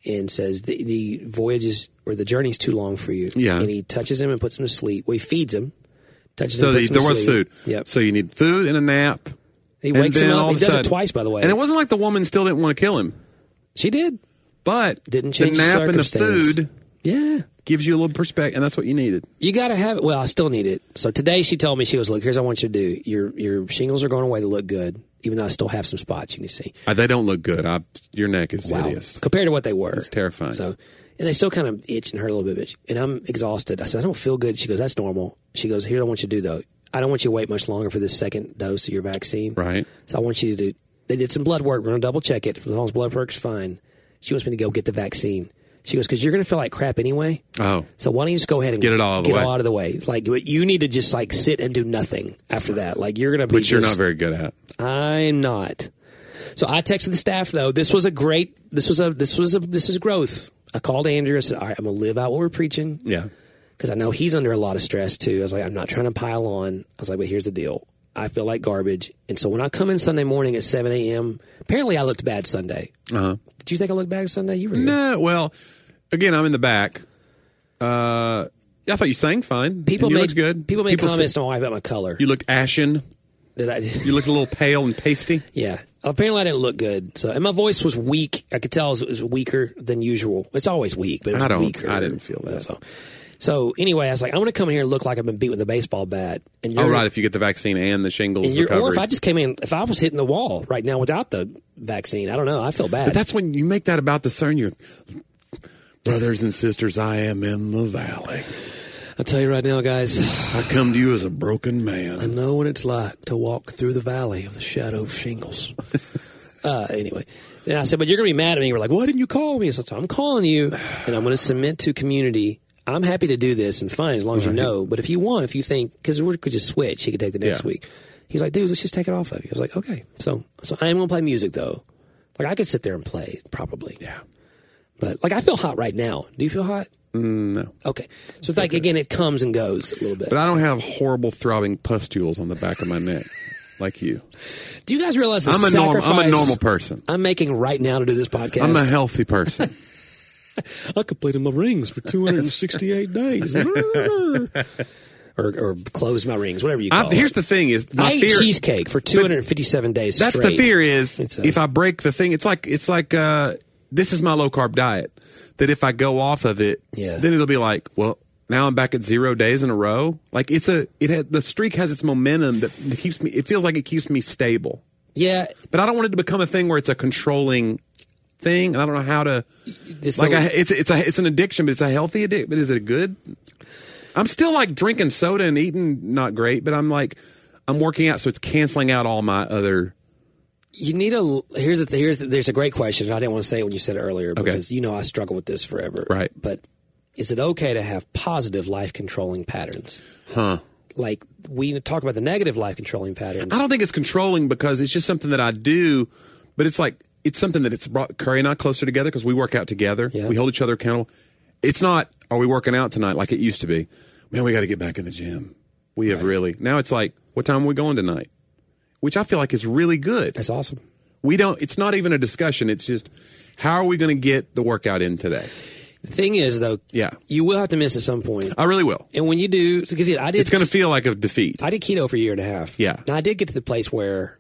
A: and says the, the voyage is or the journey is too long for you.
B: Yeah.
A: And he touches him and puts him to sleep. Well, he feeds him. Touches
B: so
A: him.
B: the,
A: puts him to
B: there was
A: sleep.
B: food.
A: Yep.
B: So you need food and a nap.
A: he
B: And
A: wakes him
B: then
A: up.
B: all
A: He
B: of a
A: does it
B: sudden-
A: twice, by the way.
B: And it wasn't like the woman still didn't want to kill him,
A: she did.
B: but
A: Didn't change
B: the
A: the
B: nap and the
A: circumstance.
B: food
A: Yeah.
B: gives you a little perspective, and that's what you needed.
A: You got to have it. Well, I still need it. So today she told me, she was, look, here's what I want you to do. Your, your shingles are going away to look good, even though I still have some spots you can see.
B: Uh, they don't look good. I, your neck is hideous.
A: Compared to what they were. It's
B: terrifying.
A: So, and they still kind of itch and hurt a little bit. but- And I'm exhausted. I said, I don't feel good. She goes, that's normal. She goes, here's what I want you to do, though. I don't want you to wait much longer for this second dose of your vaccine.
B: Right.
A: So I want you to do, they did some blood work. We're going to double check it. As long as blood work's fine, she wants me to go get the vaccine. She goes, because you're going to feel like crap anyway.
B: Oh,
A: So why don't you just go ahead and
B: Get it all out of the way.
A: out of the way? It's Like but you need to just like sit and do nothing after that. Like you're gonna be.
B: which you're not
A: just-
B: very good at.
A: I'm not. So I texted the staff though. This was a great. This was a. This was a. This is growth. I called Andrew. I said, "All right, I'm gonna live out what we're preaching."
B: Yeah.
A: because I know he's under a lot of stress too. I was like, I'm not trying to pile on. I was like, but here's the deal. I feel like garbage. And so when I come in Sunday morning at 7 a.m., apparently I looked bad Sunday.
B: Uh-huh.
A: Did you think I looked bad Sunday? You were here.
B: No. Well, again, I'm in the back. Uh, I thought you sang fine.
A: People
B: and you
A: made
B: looked good.
A: People made
B: said-
A: comments to my wife about my color.
B: You looked ashen.
A: Did I?
B: You looked a little pale and pasty.
A: Yeah. Apparently, I didn't look good. So, and my voice was weak. I could tell it was, it was weaker than usual. It's always weak, but it was
B: I don't-
A: weaker.
B: I didn't feel that.
A: So, so anyway, I was like, I'm going to come in here and look like I've been beat with a baseball bat. And you're
B: All
A: gonna-
B: Oh, right, if you get the vaccine and the shingles
A: and you're- or
B: recovery.
A: if I just came in, if I was hitting the wall right now without the vaccine, I don't know. I feel bad.
B: But that's when you make that about the CERN. You're, brothers and sisters, I am in the valley.
A: I'll tell you right now, guys,
B: I come to you as a broken man.
A: know what it's like to walk through the valley of the shadow of
B: [laughs]
A: shingles. uh, anyway, and I said, but you're going to be mad at me. We're like, why didn't you call me? So, so I'm calling you, and I'm going to submit to community. I'm happy to do this and fine as long as you know. But if you want, if you think, because we could just switch, he could take the next
B: Yeah.
A: week. He's like, dude, let's just take it off of you. I was like, okay. So, so I am going to play music though. Like I could sit there and play probably,
B: Yeah.
A: but like I feel hot right now. Do you feel hot?
B: Mm, No.
A: Okay. So it's like again, it comes and goes a little bit.
B: But I don't have horrible throbbing pustules on the back of my neck like you.
A: Do you guys realize the
B: I'm a normal
A: sacrifice
B: I'm a normal person.
A: I'm making right now to do this podcast?
B: I'm a healthy
A: [laughs]
B: person.
A: I completed my rings for [laughs] 268 days. or, or close my rings, whatever you call
B: I,
A: it.
B: here's the thing is my
A: I ate
B: fear
A: cheesecake for 257 days
B: that's
A: straight.
B: the fear is
A: It's a-
B: if I break the thing it's like it's like uh, this is my low carb diet that if I go off of it
A: Yeah.
B: then it'll be like well now I'm back at 0 days in a row like it's a it had the streak has its momentum that keeps me it feels like it keeps me stable
A: Yeah.
B: but I don't want it to become a thing where it's a controlling thing, and I don't know how to.
A: This
B: like, I,
A: little-
B: it's it's a it's an addiction, but it's a healthy addiction. But is it good? I'm still like drinking soda and eating not great, but I'm like I'm working out, so it's canceling out all my other.
A: you need a here's the here's the, there's a great question. and I didn't want to say it when you said it earlier because you know I struggle with this forever.
B: Right.
A: But is it okay to have positive life controlling patterns?
B: Huh.
A: Like we talk about the negative life controlling patterns.
B: I don't think it's controlling because it's just something that I do, but it's like it's something that it's brought Curry and I closer together because we work out together.
A: Yeah.
B: We hold each other accountable. It's not are we working out tonight like it used to be? Man, we got to get back in the gym. We have really now. It's like what time are we going tonight? Which I feel like is really good.
A: That's awesome.
B: We don't. It's not even a discussion. It's just how are we going to get the workout in today?
A: The thing is though,
B: Yeah.
A: you will have to miss at some point.
B: I really will.
A: And when you do, because I did
B: It's going to feel like a defeat.
A: I did keto for a year and a half.
B: Yeah.
A: Now I did get to the place where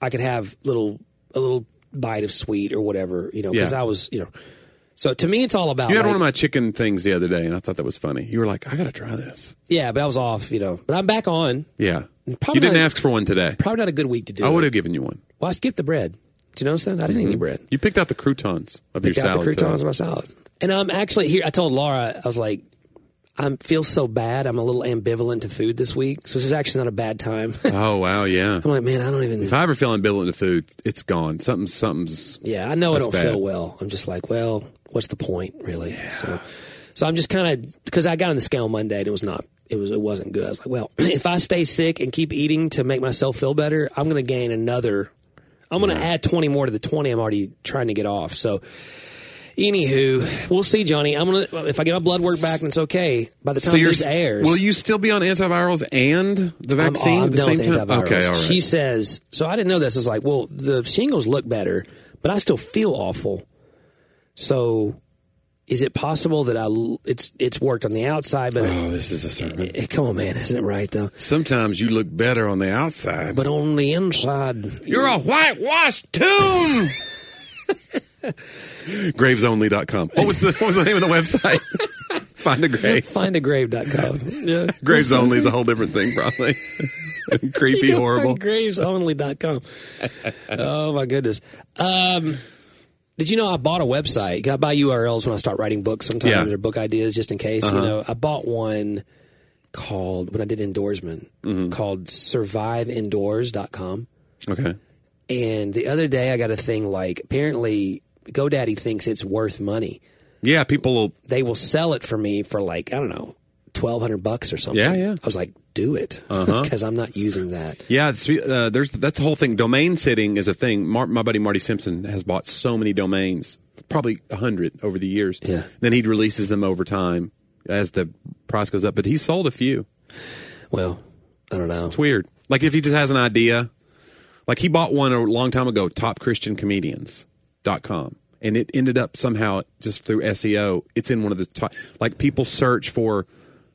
A: I could have little a little bite of sweet or whatever, you know, because
B: Yeah.
A: I was, you know. So to me, it's all about.
B: You had
A: like-
B: one of my chicken things the other day, and I thought that was funny. You were like, "I got to try this."
A: yeah, but I was off, you know. But I'm back on.
B: Yeah,
A: Probably
B: you didn't
A: not-
B: ask for one today.
A: Probably not a good week to do.
B: I
A: it.
B: would have given you one.
A: Well, I skipped the bread. Did you notice that? I didn't eat any bread.
B: You picked out the croutons of your
A: Picked out
B: salad.
A: the croutons in my salad. And I'm actually here. I told Laura, I was like, I feel so bad. I'm a little ambivalent to food this week, so this is actually not a bad time. [laughs]
B: today. Oh wow, yeah.
A: I'm like, man, I don't even.
B: If I ever feel ambivalent to food, it's gone. Something's something's.
A: Yeah, I know I don't
B: bad.
A: feel well. I'm just like, well, what's the point, really? So, so I'm just kind of because I got on the scale Monday and it was not, it was, it wasn't good. I was like, well, [clears throat] if I stay sick and keep eating to make myself feel better, I'm going to gain another. I'm going to add 20 more to the 20 I'm already trying to get off. So, anywho, we'll see, Johnny. I'm going to if I get my blood work back and it's okay by the time this airs.
B: Will you still be on antivirals and the
A: I'm, Oh,
B: vaccine
A: I'm
B: at the
A: done
B: same
A: with
B: time?
A: antivirals.
B: Okay, all right.
A: She says, so I didn't know this. It's like, well, the shingles look better, but I still feel awful. So is it possible that I l- it's it's worked on the outside, but
B: oh, this is a sermon.
A: Eh, come on, man, isn't it right though?
B: Sometimes you look better on the outside.
A: But on the inside,
B: You're a whitewashed [laughs] tomb. Gravesonly.com. What was the what was the name of the website? [laughs] Find a grave.
A: find a grave.com. [laughs] yeah.
B: Graves only is a whole different thing, probably. [laughs] Creepy,
A: Go find
B: horrible.
A: Gravesonly.com. oh my goodness. Um, did you know I bought a website? I buy URLs when I start writing books sometimes
B: Yeah. Uh-huh.
A: or book ideas just in case. You know, I bought one called when I did endorsement
B: Mm-hmm.
A: called surviveindoors.com.
B: Okay.
A: And the other day I got a thing like apparently GoDaddy thinks it's worth money.
B: Yeah, people will
A: They will sell it for me for like, I don't know, 1200 bucks or something.
B: Yeah, Uh-huh. yeah.
A: I was like, do it [laughs] because I'm not using that.
B: Yeah, it's, uh, there's that's the whole thing. Domain sitting is a thing. Mar- my buddy Marty Simpson has bought so many domains, probably a hundred over the years.
A: Yeah.
B: Then he releases them over time as the price goes up. But he sold a few.
A: Well, I don't know.
B: It's weird. Like if he just has an idea, like he bought one a long time ago, topchristiancomedians.com. And it ended up somehow just through SEO. It's in one of the top, like people search for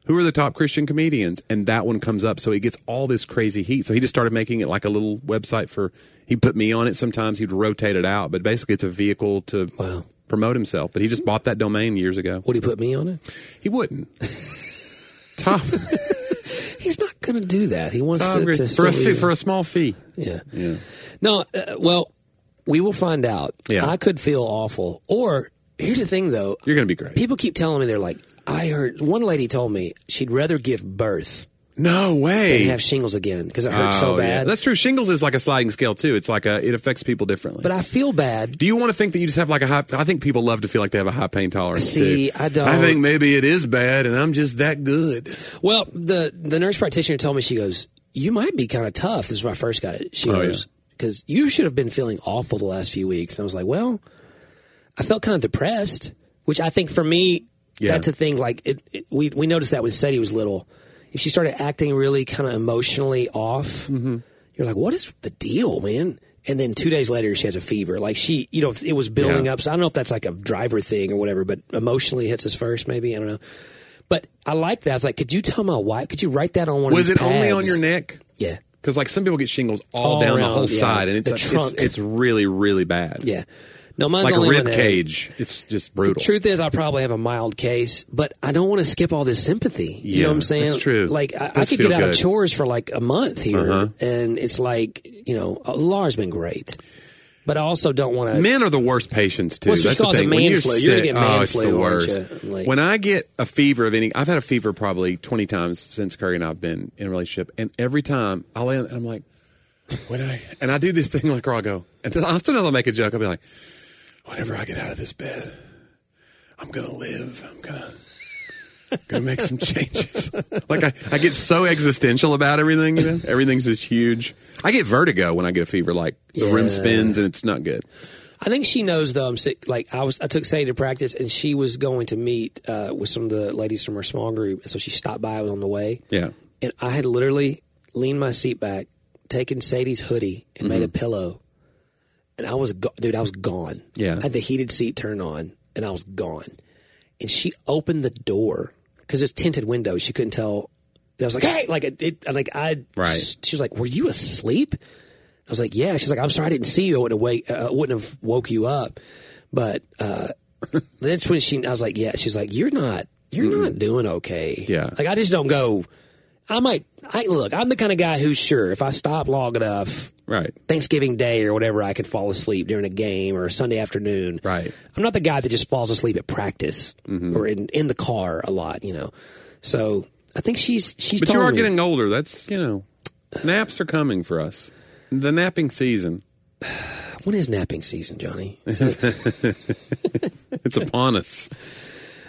B: who are the top Christian comedians, and that one comes up. So he gets all this crazy heat. So he just started making it like a little website for. He put me on it. Sometimes he'd rotate it out, but basically it's a vehicle to
A: Wow.
B: promote himself. But he just bought that domain years ago.
A: Would he put me on it? [laughs]
B: He wouldn't. top
A: He's not going to do that. He wants
B: top
A: to,
B: Christian-
A: to
B: for
A: still
B: a fee,
A: leave it.
B: for a small fee.
A: yeah.
B: Yeah.
A: No, uh, well, we will find out.
B: Yeah.
A: I could feel awful. Or here's the thing, though.
B: You're gonna be great.
A: People keep telling me they're like, I heard one lady told me she'd rather give birth
B: No way.
A: and have shingles again because it hurts so
B: Oh, yeah.
A: bad.
B: That's true. Shingles is like a sliding scale too. It's like a it affects people differently.
A: But I feel bad.
B: do you want to think that you just have like a high? I think people love to feel like they have a high pain tolerance.
A: See,
B: too.
A: I don't.
B: I think maybe it is bad, and I'm just that good.
A: Well, the the nurse practitioner told me she goes, "You might be kind of tough." This is when I first got it. She
B: Oh,
A: goes, "Because you should have been feeling awful the last few weeks." And I was like, "Well, I felt kind of depressed," which I think for me
B: Yeah.
A: That's a thing. Like it, it- we we noticed that when Sadie was little, if she started acting really kind of emotionally off,
B: Mm-hmm.
A: you're like, what is the deal, man? And then two days later, she has a fever. Like she, you know, it was building
B: Yeah.
A: up. So I don't know if that's like a driver thing or whatever, but emotionally hits us first, maybe. I don't know. But I like that. I was like, could you tell my wife? Could you write that on one?
B: Was
A: of
B: it
A: these
B: only on
A: pads?
B: your neck?
A: Yeah,
B: Because like some people get shingles all,
A: All
B: down
A: around,
B: the whole
A: yeah.
B: side, and it's
A: The
B: like,
A: trunk.
B: It's, it's really really bad.
A: yeah. No, mine's
B: like a
A: only on
B: rib
A: the-
B: cage. It's just brutal.
A: Truth is, I probably have a mild case, but I don't want to skip all this sympathy. You know
B: Yeah,
A: what I'm saying?
B: that's true.
A: Like I, I
B: Does
A: could get out
B: feel
A: of
B: good. Uh-huh.
A: chores for like a month here, and it's like you know, uh, Laura's been great, but I also don't want to.
B: Men are the worst patients too.
A: Well, she
B: That's the
A: calls it
B: thing. When
A: man
B: you're
A: flu. You're gonna
B: sick-
A: get man
B: oh, it's
A: flu,
B: the
A: aren't
B: worst.
A: you? Like-
B: when I get a fever of any, I've had a fever probably twenty times since Curry and I've been in a relationship, and every time I'll end, and I'm like, when I and I do this thing like where I go, and then I'll- sometimes I'll make a joke. I'll be like, whenever I get out of this bed, I'm gonna live. I'm gonna. Gonna make some changes. [laughs] like I, I get so existential about everything. You know? Everything's just huge. I get vertigo when I get a fever. Like the room
A: Yeah.
B: spins and it's not good.
A: I think she knows though. I'm sick. Like I was, I took Sadie to practice, and she was going to meet uh, with some of the ladies from her small group, and so she stopped by. I was on the way.
B: Yeah.
A: and I had literally leaned my seat back, taken Sadie's hoodie and made a
B: Mm-hmm.
A: pillow, and I was go- dude, I was gone.
B: Yeah.
A: I had the heated seat turned on, and I was gone. And she opened the door because it's tinted windows. She couldn't tell. And I was like, hey, like it, it like I.
B: Right.
A: She was like, were you asleep? I was like, yeah. She's like, I'm sorry, I didn't see you. I wouldn't have, wake, uh, wouldn't have woke you up. But
B: [laughs]
A: uh, that's when she. I was like, yeah. She's like, you're not. You're not doing okay.
B: Mm. Yeah.
A: Like I just don't go. I might. I look. I'm the kind of guy who's sure if I stop long enough,
B: Right.
A: Thanksgiving Day or whatever, I could fall asleep during a game or a Sunday afternoon.
B: Right. Mm-hmm.
A: I'm not the guy that just falls asleep at practice or in, in the car a lot. You know. So I think she's she's.
B: But you
A: told
B: are
A: me-
B: getting older. That's you know, naps are coming for us. The napping season.
A: When is napping season, Johnny?
B: It's upon
A: [laughs]
B: us.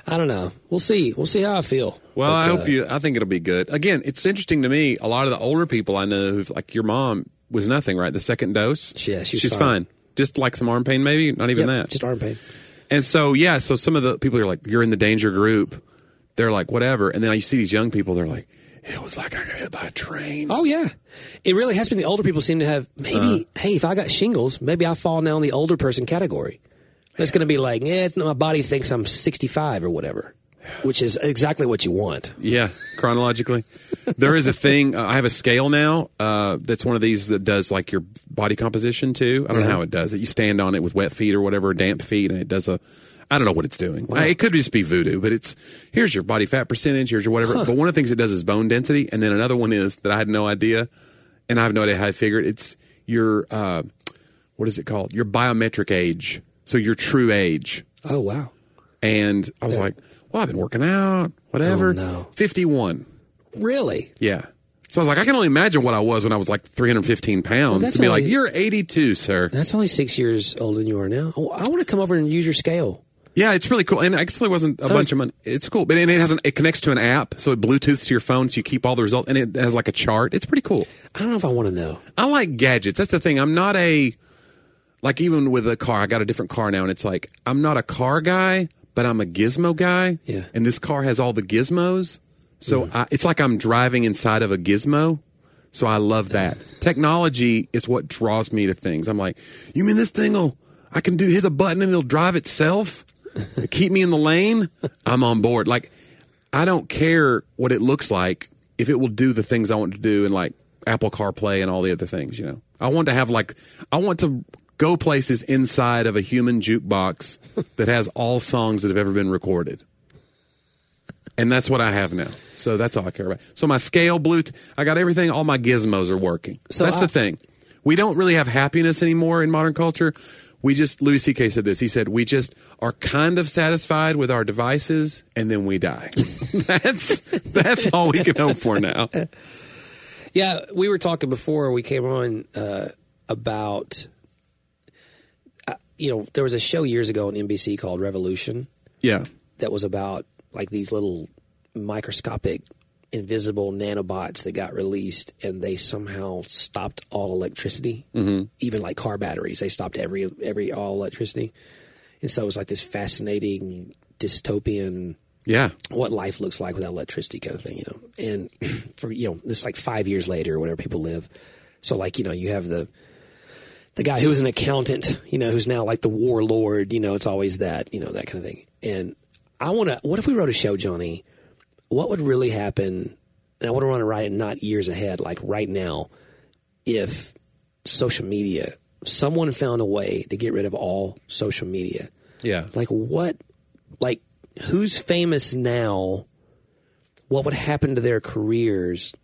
A: I don't know. We'll see. We'll see how I feel.
B: Well,
A: But,
B: I
A: uh,
B: hope you. I think it'll be good. Again, it's interesting to me. A lot of the older people I know, who've like your mom was nothing, right? The second dose.
A: Yeah, she's fine.
B: fine. Just like some arm pain, maybe not even
A: yep,
B: that.
A: Just arm pain.
B: and so yeah, so some of the people are like, you're in the danger group. They're like whatever, and then you see these young people. They're like, it was like I got hit by a train.
A: Oh yeah, it really has been. The older people seem to have maybe. hey, if I got shingles, maybe I fall now in the older person category. It's going to be like, yeah, my body thinks I'm 65 or whatever, which is exactly what you want.
B: Yeah, chronologically. there is a thing. Uh, I have a scale now uh, that's one of these that does like your body composition too. I don't
A: Uh-huh.
B: know how it does it. You stand on it with wet feet or whatever, damp feet, and it does a. I don't know what it's doing. I- It could just be voodoo, but it's here's your body fat percentage, here's your whatever. But one of the things it does is bone density, and then another one is that I had no idea, and I have no idea how I figured it. it's your uh, what is it called? Your biometric age, so your true age.
A: Oh wow,
B: And I was like, well, I've been working out, whatever.
A: Oh, no.
B: 51.
A: really?
B: Yeah. So I was like, I can only imagine what I was when I was like 315 pounds.
A: that's
B: to be like,
A: always-
B: you're 82, sir.
A: That's only six years older than you are now. Oh, I want to come over and use your scale.
B: Yeah, it's really cool. And I guess it wasn't a bunch of money. It's cool. But and it has an, it connects to an app, so it Bluetooths to your phone, so you keep all the results, and it has like a chart. It's pretty cool.
A: I don't know if I want to know.
B: I like gadgets. That's the thing. I'm not a like even with a car. I got a different car now, and it's like I'm not a car guy, but I'm a gizmo guy.
A: Yeah.
B: And this car has all the gizmos, so I, it's like I'm driving inside of a gizmo. So I love that. Technology is what draws me to things. I'm like, you mean this thing will? I can do hit a button and it'll drive itself. Keep me in the lane. I'm on board. Like I don't care what it looks like if it will do the things I want to do and like Apple CarPlay and all the other things, you know. I want to have like I want to go places inside of a human jukebox that has all songs that have ever been recorded. And that's what I have now. So that's all I care about. So my scale Bluetooth, I got everything, all my gizmos are working.
A: So
B: So that's
A: I-
B: the thing. We don't really have happiness anymore in modern culture. We just Louis C.K. said this. He said we just are kind of satisfied with our devices, and then we die. [laughs] that's that's all we can hope for now.
A: Yeah, we were talking before we came on uh, about, uh, you know, there was a show years ago on NBC called Revolution.
B: Yeah,
A: that was about like these little microscopic invisible nanobots that got released and they somehow stopped all electricity even like car batteries they stopped every every all electricity and so it was like this fascinating dystopian
B: Yeah.
A: what life looks like without electricity kind of thing you know and [clears throat] for you know this like five years later or whatever people live so like you know you have the the guy who was an accountant you know who's now like the warlord you know it's always that you know that kind of thing and i want to what if we wrote a show johnny what would really happen and i want to run it right and not years ahead like right now if social media someone found a way to get rid of all social media
B: Yeah.
A: like what like who's famous now what would happen to their careers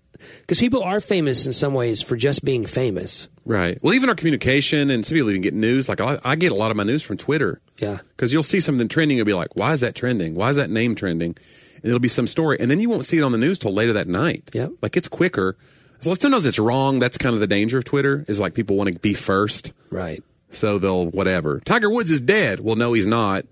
A: because people are famous in some ways for just being famous
B: Right. Well, even our communication and some people even get news. Like I, I get a lot of my news from Twitter.
A: Yeah.
B: Because you'll see something trending, you'll be like, "Why is that trending? Why is that name trending?" And it'll be some story, and then you won't see it on the news till later that night.
A: Yep.
B: Like it's quicker. So sometimes it's wrong. That's kind of the danger of Twitter is like people want to be first,
A: right
B: so they'll whatever. Tiger Woods is dead. Well, no, he's not.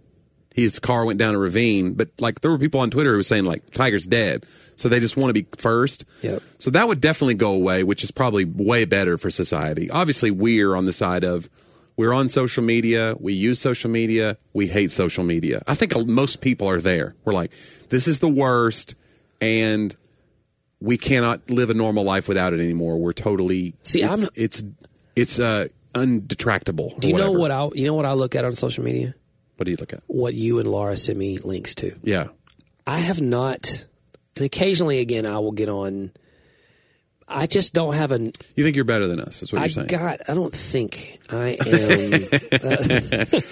B: His car went down a ravine, but like there were people on Twitter who were saying like Tiger's dead, so they just want to be first.
A: Yep.
B: So that would definitely go away, which is probably way better for society. Obviously, we're on the side of we're on social media, we use social media, we hate social media. I think most people are there. We're like, this is the worst, and we cannot live a normal life without it anymore. We're totally
A: See,
B: It's
A: I'm-
B: it's, it's uh, undetractable. or
A: do you know
B: whatever.
A: what i you know what i look at on social media
B: What do you look at?
A: what you and laura send me links to
B: Yeah,
A: I have not, and occasionally again, I will get on. I just don't have an.
B: you think you're better than us? Is what
A: I
B: you're saying?
A: got. I don't think
B: [laughs]
A: I am.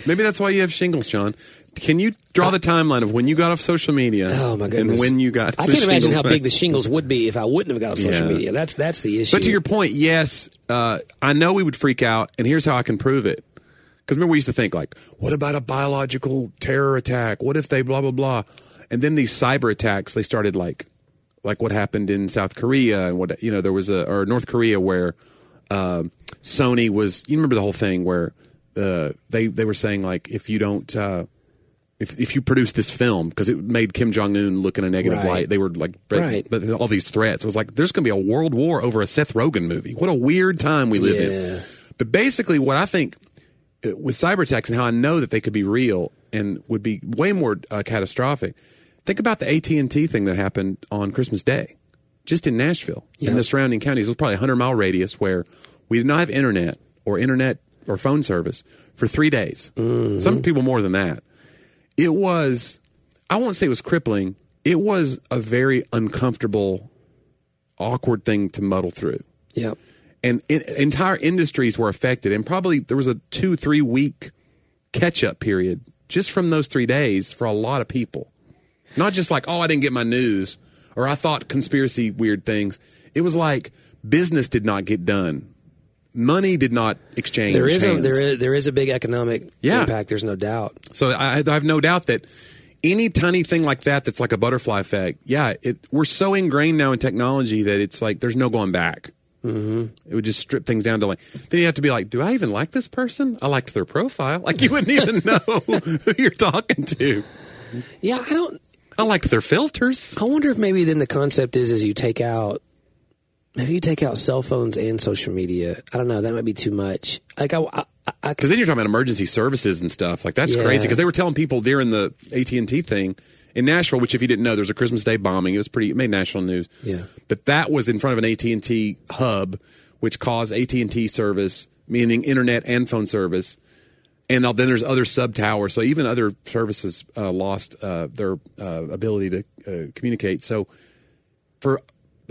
B: Maybe that's why you have shingles, John. Can you draw the timeline of when you got off social media?
A: oh my goodness!
B: And when you got?
A: I
B: the
A: can't imagine
B: shingles
A: how
B: back?
A: big the shingles would be if I wouldn't have got off social
B: Yeah.
A: media. That's that's the issue.
B: But to your point, yes, uh, I know we would freak out, and here's how I can prove it. Because remember, we used to think like, what about a biological terror attack? What if they blah blah blah? And then these cyber attacks, they started like, like what happened in South Korea and what you know there was a or North Korea where um Sony was. You remember the whole thing where uh, they they were saying like, if you don't. Uh, if, if you produce this film because it made Kim Jong Un look in a negative
A: Right.
B: light, they were like
A: Right.
B: but all these threats. It was like, there's going to be a world war over a Seth Rogen movie. What a weird time we live
A: Yeah.
B: in. But basically, what I think uh, with cyber attacks and how I know that they could be real and would be way more uh, catastrophic. Think about the AT and T thing that happened on Christmas Day, just in Nashville
A: Yeah.
B: and the surrounding counties. It was probably a hundred mile radius where we did not have internet or internet or phone service for three days.
A: Mm-hmm.
B: Some people more than that it was i won't say it was crippling it was a very uncomfortable awkward thing to muddle through
A: yeah,
B: and in, entire industries were affected and probably there was a two three week catch up period just from those three days for a lot of people not just like oh i didn't get my news or i thought conspiracy weird things it was like business did not get done money did not exchange
A: there is a
B: hands.
A: there is there is a big economic
B: Yeah.
A: impact. There's no doubt.
B: So I, I have no doubt that any tiny thing like that, that's like a butterfly effect. Yeah, it, we're so ingrained now in technology that it's like there's no going back. Mm-hmm. It would just strip things down to like then you have to be like, do I even like this person? I liked their profile. Like you wouldn't even know who you're talking to.
A: Yeah, I don't.
B: I liked their filters.
A: I wonder if maybe then the concept is is you take out if you take out cell phones and social media. I don't know. That might be too much. Like I, I, I
B: Because then you're talking about emergency services and stuff. Like that's
A: Yeah.
B: crazy. Because they were telling people during the AT and T thing in Nashville, which if you didn't know, there's a Christmas Day bombing. It was pretty. It made national news.
A: Yeah.
B: But that was in front of an AT and T hub, which caused AT and T service, meaning internet and phone service. And now- then there's other sub towers, so even other services uh, lost uh, their uh, ability to uh, communicate. So for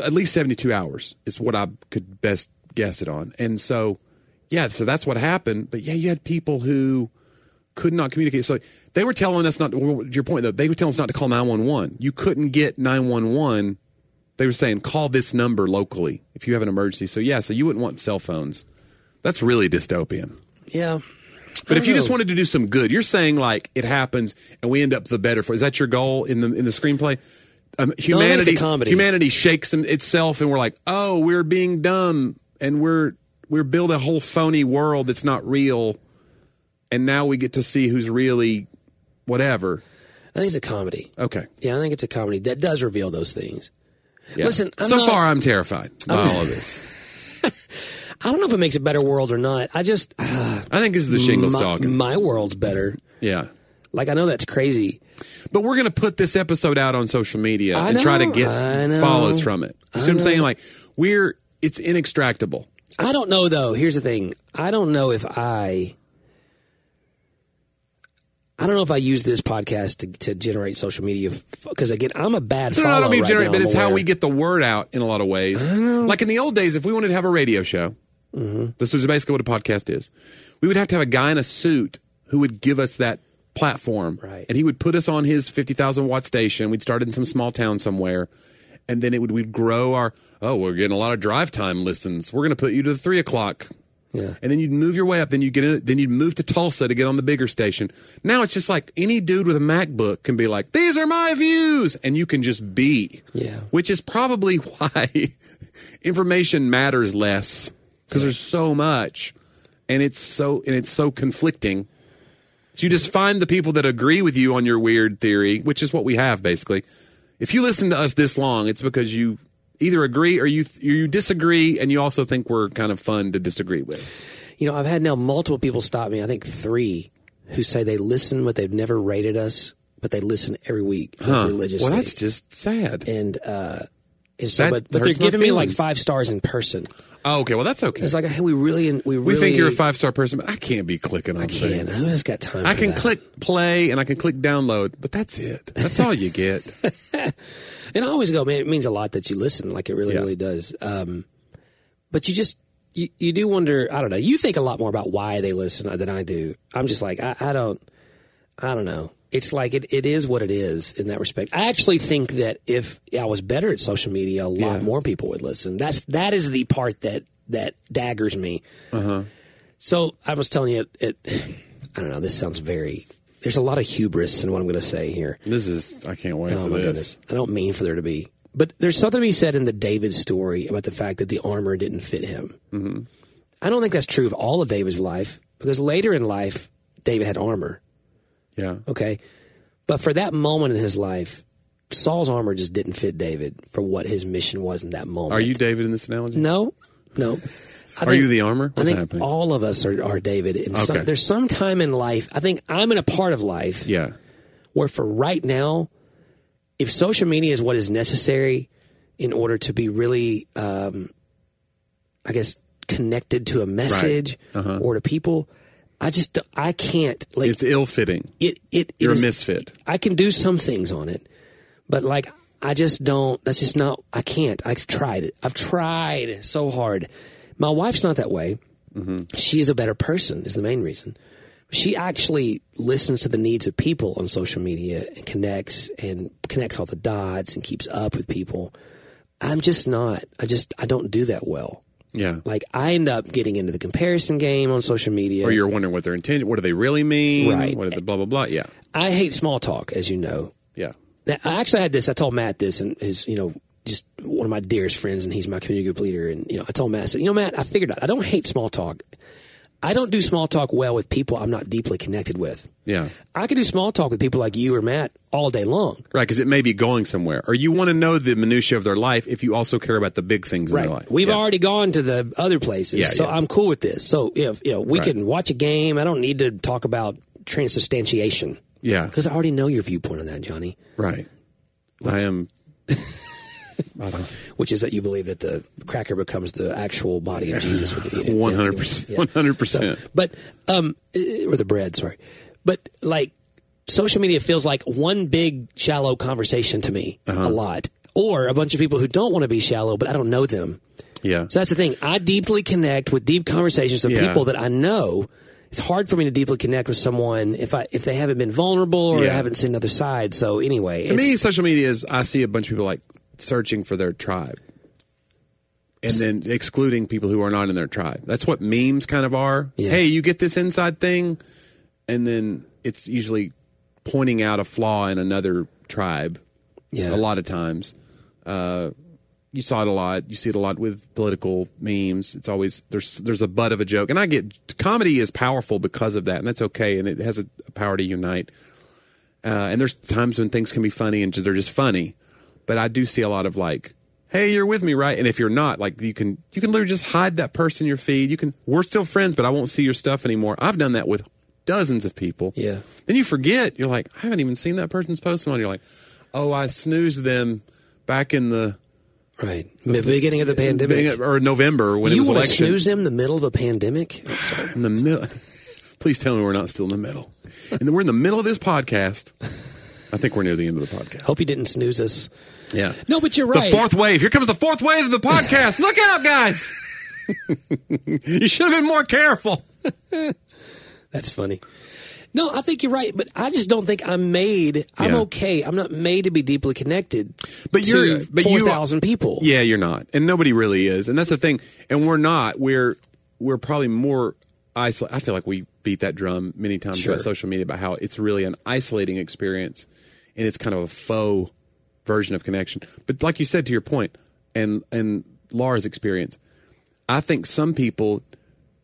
B: at least 72 hours is what I could best guess it on. And so, yeah, so that's what happened. But yeah, you had people who could not communicate. So they were telling us not, well, to your point though, they were telling us not to call 911. You couldn't get 911. They were saying, call this number locally if you have an emergency. So yeah, so you wouldn't want cell phones. That's really dystopian.
A: yeah. I
B: But if
A: don't
B: you just
A: know.
B: wanted to do some good, you're saying like it happens and we end up the better for. Is that your goal in the in the screenplay? Um, humanity,
A: comedy.
B: humanity shakes in- itself, and we're like, oh, we're being dumb, and we're we're build a whole phony world that's not real, and now we get to see who's really whatever.
A: I think it's a comedy.
B: Okay,
A: Yeah, I think it's a comedy that does reveal those things.
B: Yeah.
A: Listen, I'm
B: so
A: not-
B: far I'm terrified by all of this.
A: I don't know if it makes a better world or not. I just
B: I think this is the shingles
A: my,
B: talking.
A: my world's better.
B: yeah,
A: Like I know that's crazy.
B: But we're going to put this episode out on social media
A: I
B: and try to
A: know,
B: get
A: I know.
B: follows from it. You see what I'm saying? Like we're it's inextractable.
A: I don't know though. Here's the thing. I don't know if I I don't know if I use this podcast to, to generate social media because again, I'm a bad
B: No,
A: follow
B: no, I don't mean
A: right
B: generate,
A: now,
B: but
A: I'm
B: it's how
A: aware.
B: we get the word out in a lot of ways. Like in the old days, if we wanted to have a radio show, this is basically what a podcast is. We would have to have a guy in a suit who would give us that platform,
A: Right.
B: and he would put us on his fifty thousand watt station. We'd start in some small town somewhere, and then it would we'd grow our. Oh, we're getting a lot of drive time listens. We're going to put you to the three o'clock.
A: Yeah.
B: And then you'd move your way up. Then you get in. Then you'd move to Tulsa to get on the bigger station. Now it's just like any dude with a MacBook can be like, "These are my views," and you can just be.
A: Yeah.
B: Which is probably [laughs] why information matters less because there's so much, and it's so and it's so conflicting. So you just find the people that agree with you on your weird theory, which is what we have basically. If you listen to us this long, it's because you either agree or you you disagree, and you also think we're kind of fun to disagree with.
A: You know, I've had now multiple people stop me. I think three who say they listen, but they've never rated us, but they listen every week like, religiously.
B: Well, that's just sad.
A: and uh, and so,
B: That
A: but, but they're
B: hurts my
A: giving me like
B: feelings.
A: five stars in person.
B: Oh, okay. Well, that's okay.
A: It's like, hey, we really, we really,
B: we think you're a five star person, but I can't be clicking on
A: Man,
B: things.
A: who has got time?
B: I
A: for
B: can
A: that?
B: click play and I can click download, but that's it. That's all
A: [laughs]
B: you get.
A: And I always go, man, it means a lot that you listen. Like it really,
B: Yeah.
A: really does. Um, but you just, you, you do wonder, I don't know, you think a lot more about why they listen than I do. I'm just like, I, I don't, I don't know. It's like, it, it is what it is in that respect. I actually think that if I was better at social media, a lot more people would listen. That's, that is the part that, that daggers me. So I was telling you, it, [sighs] it I don't know, this sounds very, there's a lot of hubris in what I'm going to say here.
B: this is I can't wait
A: Oh
B: for
A: my
B: this.
A: goodness. I don't mean for there to be. But there's something to be said in the David story about the fact that the armor didn't fit him. Mm-hmm. I don't think that's true of all of David's life because later in life, David had armor.
B: Yeah.
A: Okay. But for that moment in his life, Saul's armor just didn't fit David for what his mission was in that moment.
B: Are you David in this analogy?
A: No, no. I
B: Are you the armor? What's
A: I think
B: happening?
A: all of us are, are David. And some,
B: Okay.
A: there's some time in life. I think I'm in a part of life
B: Yeah.
A: where for right now, if social media is what is necessary in order to be really, um, I guess, connected to a message or to people, I just I can't like
B: It's ill fitting.
A: it. It
B: You're
A: it
B: a
A: is-
B: misfit.
A: I can do some things on it, but like I just don't. That's just not. I can't. I've tried it. I've tried so hard. My wife's not that way.
B: Mm-hmm.
A: She is a better person. Is the main reason. She actually listens to the needs of people on social media and connects and connects all the dots and keeps up with people. I'm just not. I just I don't do that well.
B: Yeah.
A: Like I end up getting into the comparison game on social media.
B: Or you're wondering what their intention what do they really mean?
A: Right.
B: What did the blah blah blah? Yeah.
A: I hate small talk, as you know.
B: Yeah.
A: Now, I actually had this. I told Matt this, and his, you know, just one of my dearest friends, and he's my community group leader. And you know, I told Matt, I said, you know, Matt, I figured out. I don't hate small talk. I don't do small talk well with people I'm not deeply connected with.
B: Yeah.
A: I can do small talk with people like you or Matt all day long.
B: Right, because it may be going somewhere. Or you want to know the minutia of their life if you also care about the big things in their life.
A: We've
B: Yeah.
A: already gone to the other places,
B: Yeah,
A: so
B: yeah.
A: I'm cool with this. So if you know, we
B: Right.
A: can watch a game. I don't need to talk about transubstantiation.
B: Yeah.
A: because I already know your viewpoint on that, Johnny.
B: Right. I am I don't
A: Which is that you believe that the cracker becomes the actual body of Jesus. when
B: [laughs]
A: you eat it.
B: One hundred percent.
A: Yeah.
B: One hundred percent.
A: But um, eh, or the bread, sorry. But like social media feels like one big shallow conversation to me
B: Uh-huh.
A: a lot, or a bunch of people who don't want to be shallow, but I don't know them.
B: Yeah.
A: So that's the thing. I deeply connect with deep conversations with
B: Yeah.
A: people that I know. It's hard for me to deeply connect with someone if I if they haven't been vulnerable or
B: Yeah.
A: I haven't seen another side. So anyway,
B: to
A: it's-
B: me, social media is I see a bunch of people like searching for their tribe. And then excluding people who are not in their tribe. That's what memes kind of are.
A: Yeah.
B: Hey, you get this inside thing, and then it's usually pointing out a flaw in another tribe.
A: Yeah.
B: a lot of times. Uh, you saw it a lot. You see it a lot with political memes. It's always there's there's a butt of a joke, and I get comedy is powerful because of that, and that's okay, and it has a, a power to unite. Uh, and there's times when things can be funny and ju- they're just funny, but I do see a lot of like, "Hey, you're with me, right?" And if you're not, like you can you can literally just hide that person in your feed. You can we're still friends, but I won't see your stuff anymore. I've done that with dozens of people.
A: Yeah.
B: Then you forget. You're like, I haven't even seen that person's post. And you're like, oh, I snoozed them back in the
A: Right. The beginning of the pandemic.
B: or November when it
A: You
B: was
A: want to
B: election.
A: snooze them in the middle of a pandemic? I'm sorry.
B: [laughs] in the middle. Please tell me we're not still in the middle. And then we're in the middle of this podcast. I think we're near the end of the podcast.
A: Hope you didn't snooze us.
B: Yeah.
A: No, but you're right.
B: The fourth wave. Here comes the fourth wave of the [laughs] podcast. Look out, guys. you should have been more careful.
A: That's funny. No, I think you're right, but I just don't think I'm made. I'm
B: Yeah.
A: okay. I'm not made to be deeply connected.
B: But
A: to
B: you're- but you are-
A: 4,000 people.
B: Yeah, you're not, and nobody really is, and that's the thing. And we're not. We're we're probably more isolated. I feel like we beat that drum many times
A: Sure.
B: about social media about how it's really an isolating experience, and it's kind of a faux version of connection. But like you said, to your point, and and Laura's experience, I think some people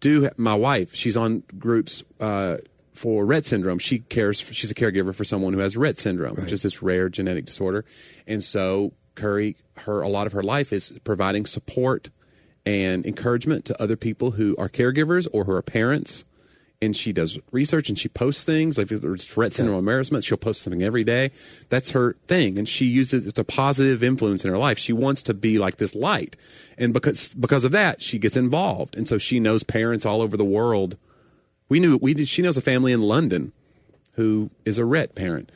B: do. My wife, she's on groups uh, for Rett syndrome. She cares. For, she's a caregiver for someone who has Rett syndrome, which is this rare genetic disorder. And so Curry, her a lot of her life is providing support and encouragement to other people who are caregivers or who are parents. And she does research and she posts things like if there's Rett syndrome embarrassment. She'll post something every day. That's her thing, and she uses it's a positive influence in her life. She wants to be like this light, and because because of that, she gets involved, and so she knows parents all over the world we knew we did, she knows a family in London who is a Rhett parent,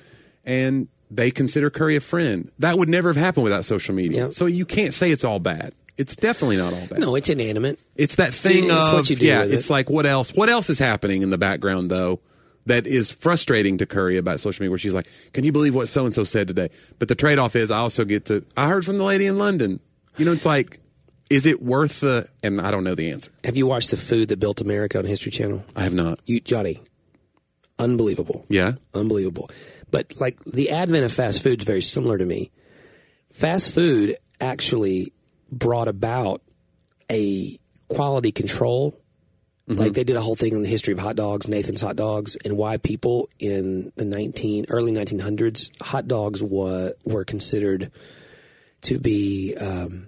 B: and they consider Curry a friend. That would never have happened without social media.
A: Yeah.
B: So you can't say it's all bad. It's definitely not all bad.
A: No, it's inanimate.
B: It's that thing
A: It's
B: of
A: what you do
B: yeah.
A: with
B: It's
A: it.
B: like what else? What else is happening in the background though? That is frustrating to Curry about social media, where she's like, "Can you believe what so and so said today?" But the trade off is, I also get to. I heard from the lady in London. You know, it's like, is it worth the? And I don't know the answer.
A: Have you watched The Food That Built America on History Channel?
B: I have not.
A: You, Johnny, unbelievable.
B: Yeah.
A: Unbelievable. But like the advent of fast food is very similar to me. Fast food actually brought about a quality control.
B: Mm-hmm.
A: Like they did a whole thing on the history of hot dogs, Nathan's hot dogs, and why people in the nineteen early nineteen hundreds hot dogs were were considered to be um,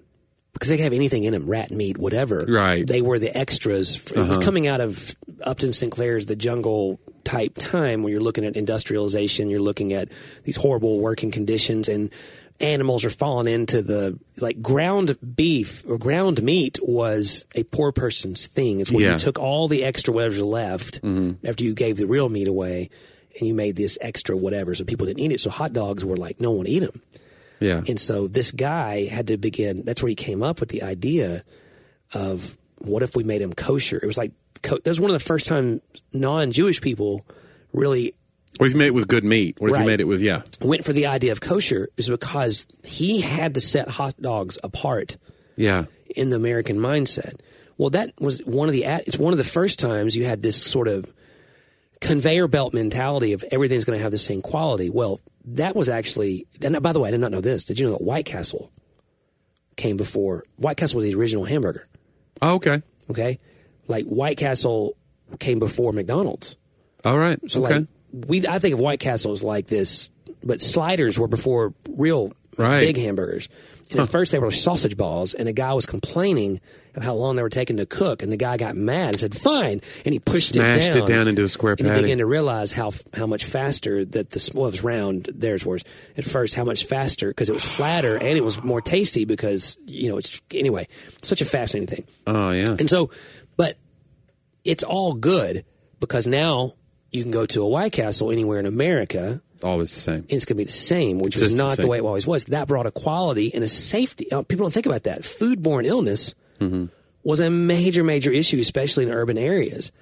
A: because they could have anything in them, rat meat, whatever.
B: Right.
A: They were the extras. For, It was coming out of Upton Sinclair's The Jungle type time where you're looking at industrialization, you're looking at these horrible working conditions, and animals are falling into the like ground beef or ground meat was a poor person's thing. It's when
B: Yeah.
A: you took all the extra whatever's left after you gave the real meat away. And you made this extra whatever, so people didn't eat it. So hot dogs were like, no one eat them.
B: Yeah.
A: And so this guy had to begin. That's where he came up with the idea of what if we made him kosher? It was like co- that was one of the first time non-Jewish people really
B: What if you made it with good meat? What if
A: Right.
B: you made it with yeah?
A: went for the idea of kosher is because he had to set hot dogs apart
B: Yeah.
A: in the American mindset. Well, that was one of the at- it's one of the first times you had this sort of conveyor belt mentality of everything's going to have the same quality. Well, that was actually and by the way, I did not know this. Did you know that White Castle came before White Castle was the original hamburger,
B: Oh, okay.
A: okay? Like White Castle came before McDonald's.
B: All right.
A: So
B: okay.
A: like we I think of White Castle as like this, but sliders were before real
B: Right.
A: big hamburgers. And at first they were sausage balls, and a guy was complaining of how long they were taking to cook, and the guy got mad and said, "Fine," and he pushed
B: Smashed
A: it
B: it
A: down
B: down into a square
A: And he
B: patty.
A: began to realize how how much faster that the well, it was round. Theirs was at first how much faster because it was flatter and it was more tasty because you know it's anyway such a fascinating thing.
B: oh yeah.
A: And so, but it's all good because now you can go to a White Castle anywhere in America
B: It's always the same.
A: and it's going to be the same, which was not
B: Consistency.
A: the way it always was. That brought a quality and a safety. uh, People don't think about that. Foodborne illness
B: Mm-hmm.
A: was a major, major issue, especially in urban areas.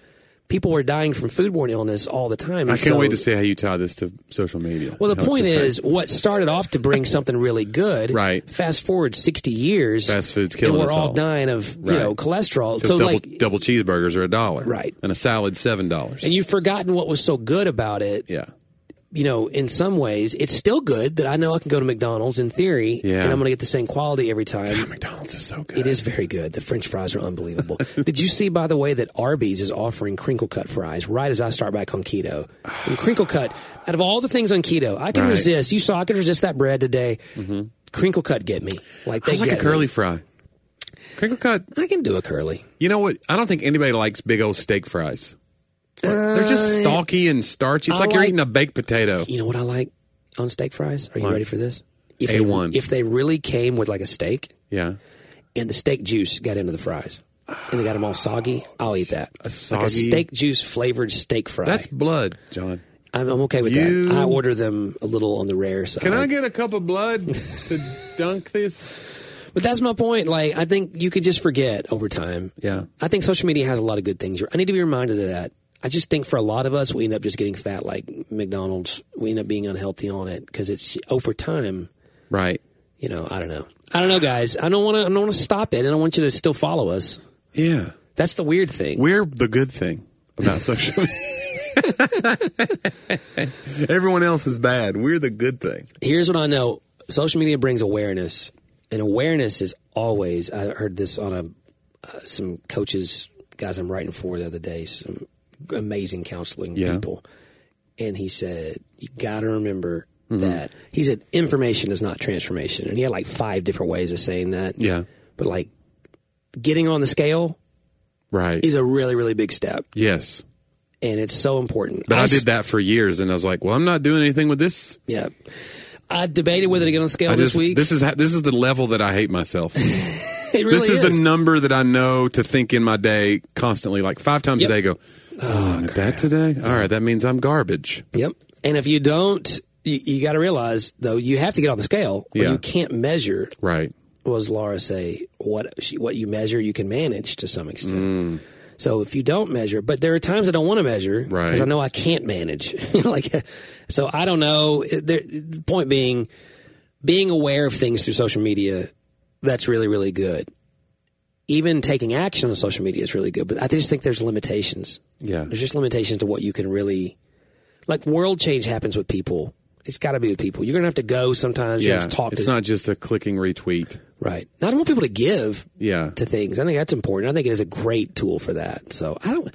A: People were dying from foodborne illness all the time.
B: I can't wait to see how you tie this to social media.
A: Well, the
B: How it's
A: point
B: same.
A: is, what started off to bring something really good,
B: [laughs] Right.
A: Fast forward sixty years,
B: Fast food's killing
A: and we're
B: us
A: all
B: all.
A: dying of you
B: Right.
A: know cholesterol.
B: Those
A: So
B: double,
A: like,
B: double cheeseburgers are a dollar,
A: Right.
B: And a salad seven dollars.
A: and you've forgotten what was so good about it.
B: Yeah,
A: You know, in some ways, it's still good that I know I can go to McDonald's in theory,
B: Yeah.
A: and I'm going to get the same quality every time.
B: McDonald's is so good.
A: It is very good. The French fries are
B: [laughs]
A: unbelievable. Did you see, by the way, that Arby's is offering crinkle cut fries right as I start back on keto? And crinkle cut, out of all the things on keto, I can
B: Right. Mm-hmm.
A: resist. You saw I could resist that bread today. Crinkle cut get me. Like
B: I
A: they
B: like a
A: get
B: curly
A: me.
B: fry. Crinkle cut.
A: I can do a curly.
B: You know what? I don't think anybody likes big old steak fries. They're just stalky and starchy. It's
A: I
B: like, you're
A: like-
B: eating a baked potato.
A: You know what I like on steak fries? Are you
B: What?
A: ready for this? If
B: A1.
A: They, if they really came with like a steak
B: Yeah.
A: and the steak juice got into the fries and they got them all soggy, I'll eat that. A like
B: soggy-
A: a steak juice flavored steak fry.
B: That's blood, John.
A: I'm, I'm okay with
B: You-
A: that. I order them a little on the rare side.
B: Can I get a cup of blood to [laughs] dunk this?
A: But that's my point. Like, I think you could just forget over time.
B: Yeah.
A: I think social media has a lot of good things. I need to be reminded of that. I just think for a lot of us, we end up just getting fat like McDonald's. We end up being unhealthy on it because it's over time.
B: Right.
A: You know, I don't know. I don't know, guys. I don't want to. I don't want to stop it, and I want you to still follow us.
B: Yeah.
A: That's the weird thing.
B: We're the good thing about social [laughs] media. Everyone else is bad. We're the good thing.
A: Here's what I know: social media brings awareness, and awareness is always. I heard this on a uh, some coaches, guys I'm writing for the other day, some amazing counseling
B: Yeah.
A: people, and he said, "You got to remember."
B: Mm-hmm.
A: That he said, information is not transformation, and he had like five different ways of saying that.
B: Yeah.
A: but like getting on the scale
B: Right.
A: is a really, really big step.
B: yes.
A: and it's so important.
B: But I,
A: s-
B: did that for years, and I was like, "Well, I'm not doing anything with this.
A: Yeah, I debated whether to get on scale
B: I
A: this
B: just
A: week.
B: this is ha- this is the level that I hate myself.
A: [laughs] it really
B: this is, the number that I know to think in my day constantly, like five times
A: Yep.
B: a day. Go, oh, I'm at that today. All right, that means I'm garbage.
A: yep. And if you don't, you, you got to realize though you have to get on the scale. or
B: Yeah.
A: you can't measure.
B: Right.
A: Was Laura say what she, what you measure you can manage to some extent.
B: Mm.
A: So if you don't measure, but there are times I don't want to measure because
B: Right.
A: I know I can't manage. [laughs] like, so I don't know. It- There, the point being, being aware of things through social media, that's really really good. Even taking action on social media is really good, but I just think there's limitations.
B: Yeah.
A: There's just limitations to what you can really, like world change happens with people. It's got to be with people. You're gonna have to go sometimes. You
B: Yeah.
A: have to talk
B: It's
A: to
B: not just a clicking retweet.
A: right. Now, I don't want people to give
B: Yeah.
A: to things. I think that's important. I think it is a great tool for that. So I don't,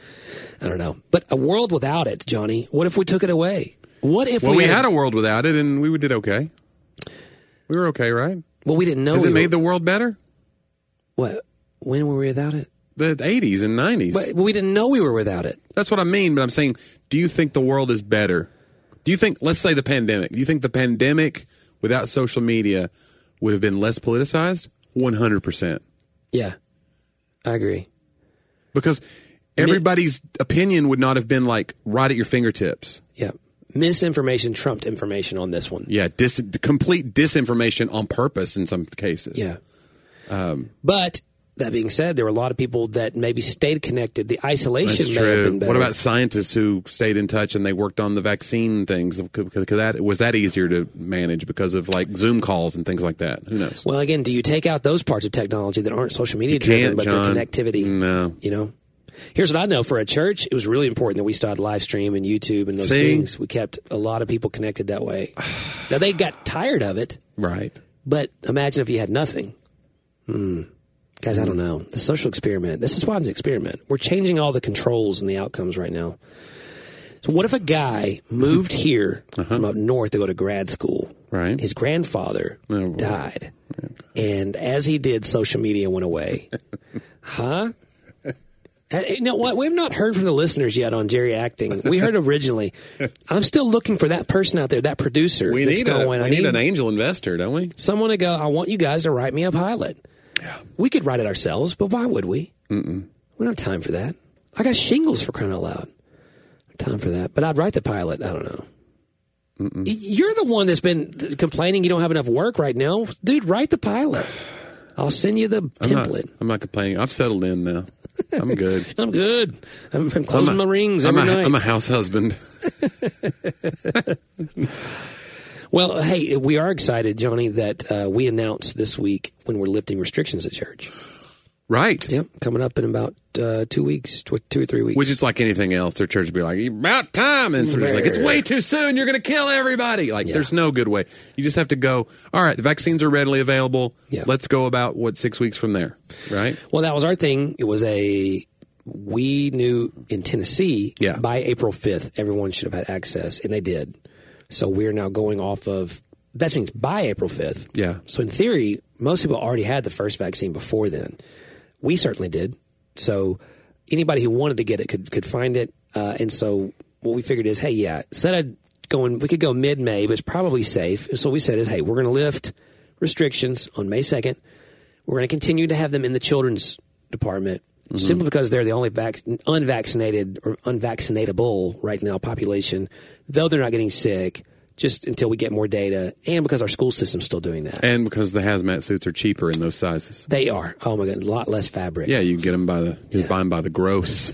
A: I don't know. But a world without it, Johnny. What if we took it away? What if
B: Well, we had
A: a,
B: a world without it, and we did okay. We were okay, right?
A: well we didn't know
B: Has
A: Oh, we
B: it made
A: were-
B: the world better?
A: what when were we without it?
B: The 80s and 90s.
A: But we didn't know we were without it.
B: That's what I mean. But I'm saying, do you think the world is better? Do you think, let's say, the pandemic? Do you think the pandemic without social media would have been less politicized? 100 percent.
A: Yeah, I agree.
B: Because everybody's opinion would not have been like right at your fingertips.
A: Yeah, misinformation trumped information on this one.
B: Yeah, dis- complete disinformation on purpose in some cases.
A: Yeah.
B: Um,
A: but that being said, there were a lot of people that maybe stayed connected. The isolation
B: That's
A: may have
B: true.
A: been better.
B: What about scientists who stayed in touch and they worked on the vaccine things? Could- could- could that was that easier to manage because of like Zoom calls and things like that. Who knows?
A: Well, again, do you take out those parts of technology that aren't social media driven,
B: can't,
A: but
B: John.
A: their connectivity?
B: No.
A: You know, here's what I know: for a church, it was really important that we started live stream and YouTube and those
B: See?
A: things. We kept a lot of people connected that way. [sighs] now they got tired of it,
B: Right.
A: but imagine if you had nothing. Hmm. Guys, I don't know. The social experiment. This is why it's an experiment. We're changing all the controls and the outcomes right now. So, what if a guy moved here from up north to go to grad school?
B: Uh-huh. Right.
A: His grandfather
B: Oh, boy.
A: died. And as he did, social media went
B: [laughs]
A: away. huh? Uh, You know what? We've not heard from the listeners yet on Jerry acting. We heard
B: [laughs]
A: originally. I'm still looking for that person out there, that producer
B: We
A: that's
B: need, a,
A: going.
B: we
A: I
B: need
A: need
B: an angel investor, don't we?
A: someone to go, I want you guys to write me a pilot. We could write it ourselves, but why would we? Mm-mm. We don't have time for that. I got shingles for crying out loud. Time for that. But I'd write the pilot. I don't know. Y- You're the one that's been th- complaining you don't have enough work right now. Dude, write the pilot. I'll send you the
B: I'm not,
A: template.
B: I'm not complaining. I've settled in
A: [laughs]
B: now. I'm good.
A: I'm good. I'm, I'm closing
B: I'm a-
A: my rings
B: I'm
A: every
B: a,
A: night.
B: I'm a house husband. [laughs]
A: well, hey, we are excited, Johnny, that uh, we announced this week when we're lifting restrictions at church.
B: Right.
A: Yep, coming up in about uh, two weeks, tw- two or three weeks.
B: Which is like anything else. Their church would be like, about time. And somebody's like, it's way too soon. You're going to kill everybody. Like, there's no good way. You just have to go, all right, the vaccines are readily available.
A: Yeah.
B: Let's go about, what, six weeks from there. Right?
A: Well, that was our thing. It was a we knew in Tennessee
B: Yeah.
A: by April 5th everyone should have had access and they did. So we're now going off of that means by April 5th.
B: Yeah.
A: So in theory, most people already had the first vaccine before then. We certainly did. So anybody who wanted to get it could could find it. Uh, and so what we figured is, hey, yeah, instead of going, we could go mid May, but it's probably safe. And so what we said is, hey, we're going to lift restrictions on May 2nd. We're going to continue to have them in the children's department simply because they're the only vac- unvaccinated or unvaccinatable right now population, though they're not getting sick. Just until we get more data, and because our school system's still doing that,
B: And because the hazmat suits are cheaper in those sizes.
A: they are. Oh my god, a lot less fabric.
B: Yeah, you can get them by the you buy them by the
A: [laughs]
B: gross.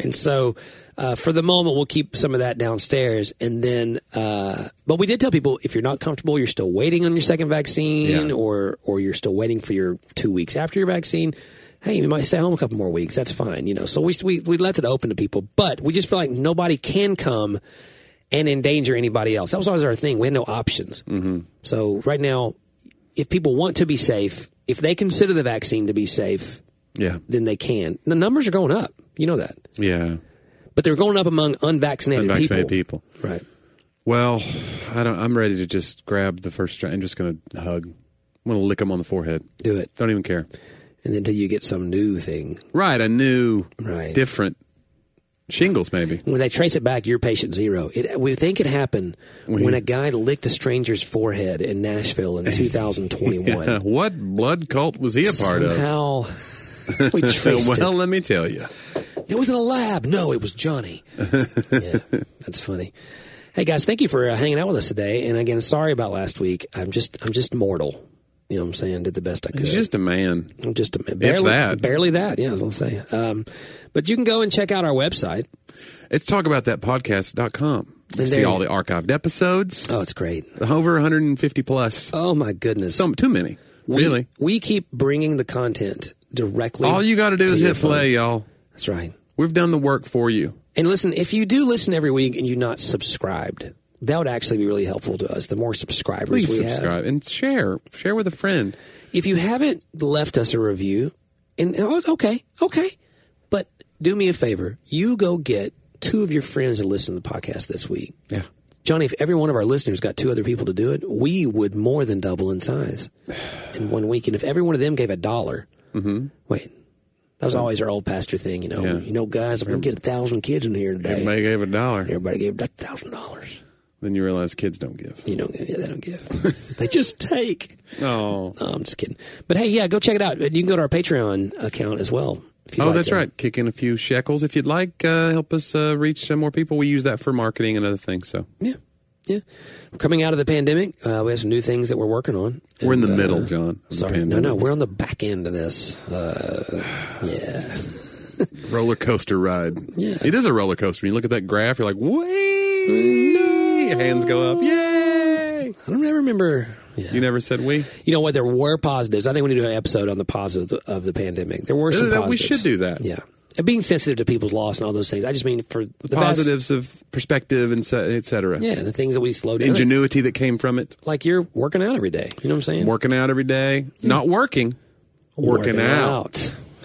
A: And so, uh, for the moment, we'll keep some of that downstairs. And then, uh, but we did tell people if you're not comfortable, you're still waiting on your second vaccine,
B: Yeah.
A: or or you're still waiting for your two weeks after your vaccine. Hey, you might stay home a couple more weeks. That's fine, you know. So we we we left it open to people, but we just feel like nobody can come and endanger anybody else. That was always our thing. We had no options. Mm-hmm. So right now, if people want to be safe, if they consider the vaccine to be safe,
B: Yeah.
A: then they can. The numbers are going up. You know that
B: Yeah.
A: but they're going up among unvaccinated,
B: Unvaccinated
A: people.
B: people.
A: Right.
B: Well, I don't I'm ready to just grab the first strand. I'm just going to hug. I'm going to lick them on the forehead.
A: Do it.
B: Don't even care.
A: And then until you get some new thing.
B: Right, a new
A: Right.
B: different shingles maybe.
A: When they trace it back, you're patient zero. It, we think it happened when a guy licked a stranger's forehead in Nashville
B: [laughs]
A: in 2021.
B: Uh, what blood cult was he a [laughs] part of? [laughs]
A: Somehow we traced
B: Well, let me tell you.
A: it. It was in a lab. No, it was
B: [laughs]
A: Johnny. yeah, that's funny. Hey guys, thank you for uh, hanging out with us today. And again, sorry about last week. I'm just, I'm just mortal. You know what I'm saying? Did the best I could.
B: He's just a man.
A: I'm just a, barely,
B: that.
A: barely that. Yeah, I was gonna say. Um, but you can go and check out our website.
B: It's talk about that podcast.com. You
A: And
B: see
A: there-
B: all the archived episodes,
A: Oh, it's great.
B: over 150 plus.
A: Oh my goodness.
B: Some, too many. Really.
A: We keep bringing the content directly.
B: All you got to do is
A: your
B: hit play, y'all.
A: That's right.
B: We've done the work for you.
A: And listen, if you do listen every week and you're not subscribed, that would actually be really helpful to us. The more subscribers
B: Please
A: we have.
B: subscribe and share. Share with a friend.
A: If you haven't left us a review, and oh, okay, okay, but do me a favor. You go get two of your friends to listen to the podcast this week.
B: Yeah.
A: Johnny, if every one of our listeners got two other people to do it, we would more than double in size [sighs] in one week. And if every one of them gave a dollar, wait, that was always our old pastor thing, you know.
B: Mm-hmm. Yeah.
A: You know, guys, if we can get a thousand kids in here today,
B: Everybody gave a dollar.
A: everybody gave a thousand dollars.
B: Then you realize kids don't give.
A: You know, yeah, they don't give; [laughs] they just take.
B: Oh.
A: No, I'm just kidding. But hey, yeah, go check it out. You can go to our Patreon account as well. If you'd
B: Oh,
A: like
B: that's
A: to.
B: right. Kick in a few shekels if you'd like. Uh, help us uh, reach uh, more people. We use that for marketing and other things. So
A: Yeah, yeah. Coming out of the pandemic, uh, we have some new things that we're working on.
B: we're in the
A: And, uh,
B: middle, John. of the
A: Sorry, no,
B: pandemic.
A: no, we're on the back end of this. Uh, yeah,
B: roller coaster ride.
A: Yeah.
B: It is a roller coaster. When you look at that graph, you're like, wee! Your hands go up. Yay!
A: I don't ever remember. Yeah.
B: You never said we.
A: You know what? There were positives. I think we need to do an episode on the positives of the pandemic. There were some.
B: That- we
A: positives.
B: should do that.
A: Yeah, and being sensitive to people's loss and all those things. I just mean for the, best-
B: Positives of perspective and se- et cetera.
A: yeah, the things that we slow down.
B: Ingenuity that came from it.
A: like you're working out every day. You know what I'm saying?
B: Working out every day. Not working. Working, out.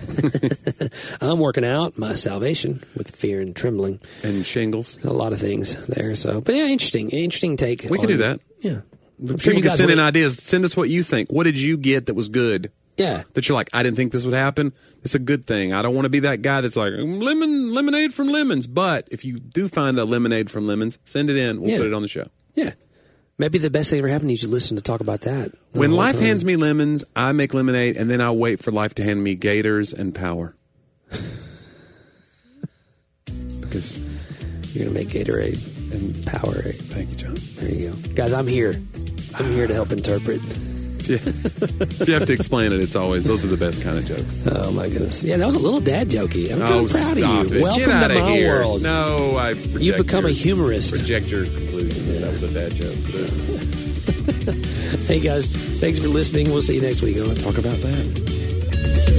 A: out. [laughs] I'm working out my salvation with fear and trembling.
B: And shingles.
A: a lot of things there. So, but yeah, interesting, interesting take.
B: We
A: on-
B: could do that.
A: Yeah, I'm
B: People can send in
A: would-
B: ideas. Send us what you think. What did you get that was good?
A: Yeah,
B: That you're like, I didn't think this would happen. It's a good thing. I don't want to be that guy that's like "Mm, lemon lemonade from lemons. But if you do find a lemonade from lemons, send it in. We'll
A: Yeah.
B: put it on the show.
A: yeah. Maybe the best thing that ever happened. You should listen to talk about that. the
B: When
A: whole
B: life
A: time.
B: hands me lemons, I make lemonade, and then I wait for life to hand me gators and power. [laughs] because,
A: you're gonna make Gatorade and Powerade.
B: thank you, John.
A: There you go, guys. I'm here. I'm here to help interpret.
B: Yeah. [laughs] if you have to explain it, it's always those are the best kind of jokes.
A: Oh my goodness. Yeah, that was a little dad jokey. I'm
B: Oh,
A: kinda proud
B: stop
A: of you.
B: it.
A: Welcome
B: Get out
A: to my
B: here.
A: world.
B: No, I.
A: You've become a
B: human.
A: humorist.
B: Reject your conclusion that that was a bad joke.
A: Hey guys, thanks for listening. We'll see you next week on Talk About That.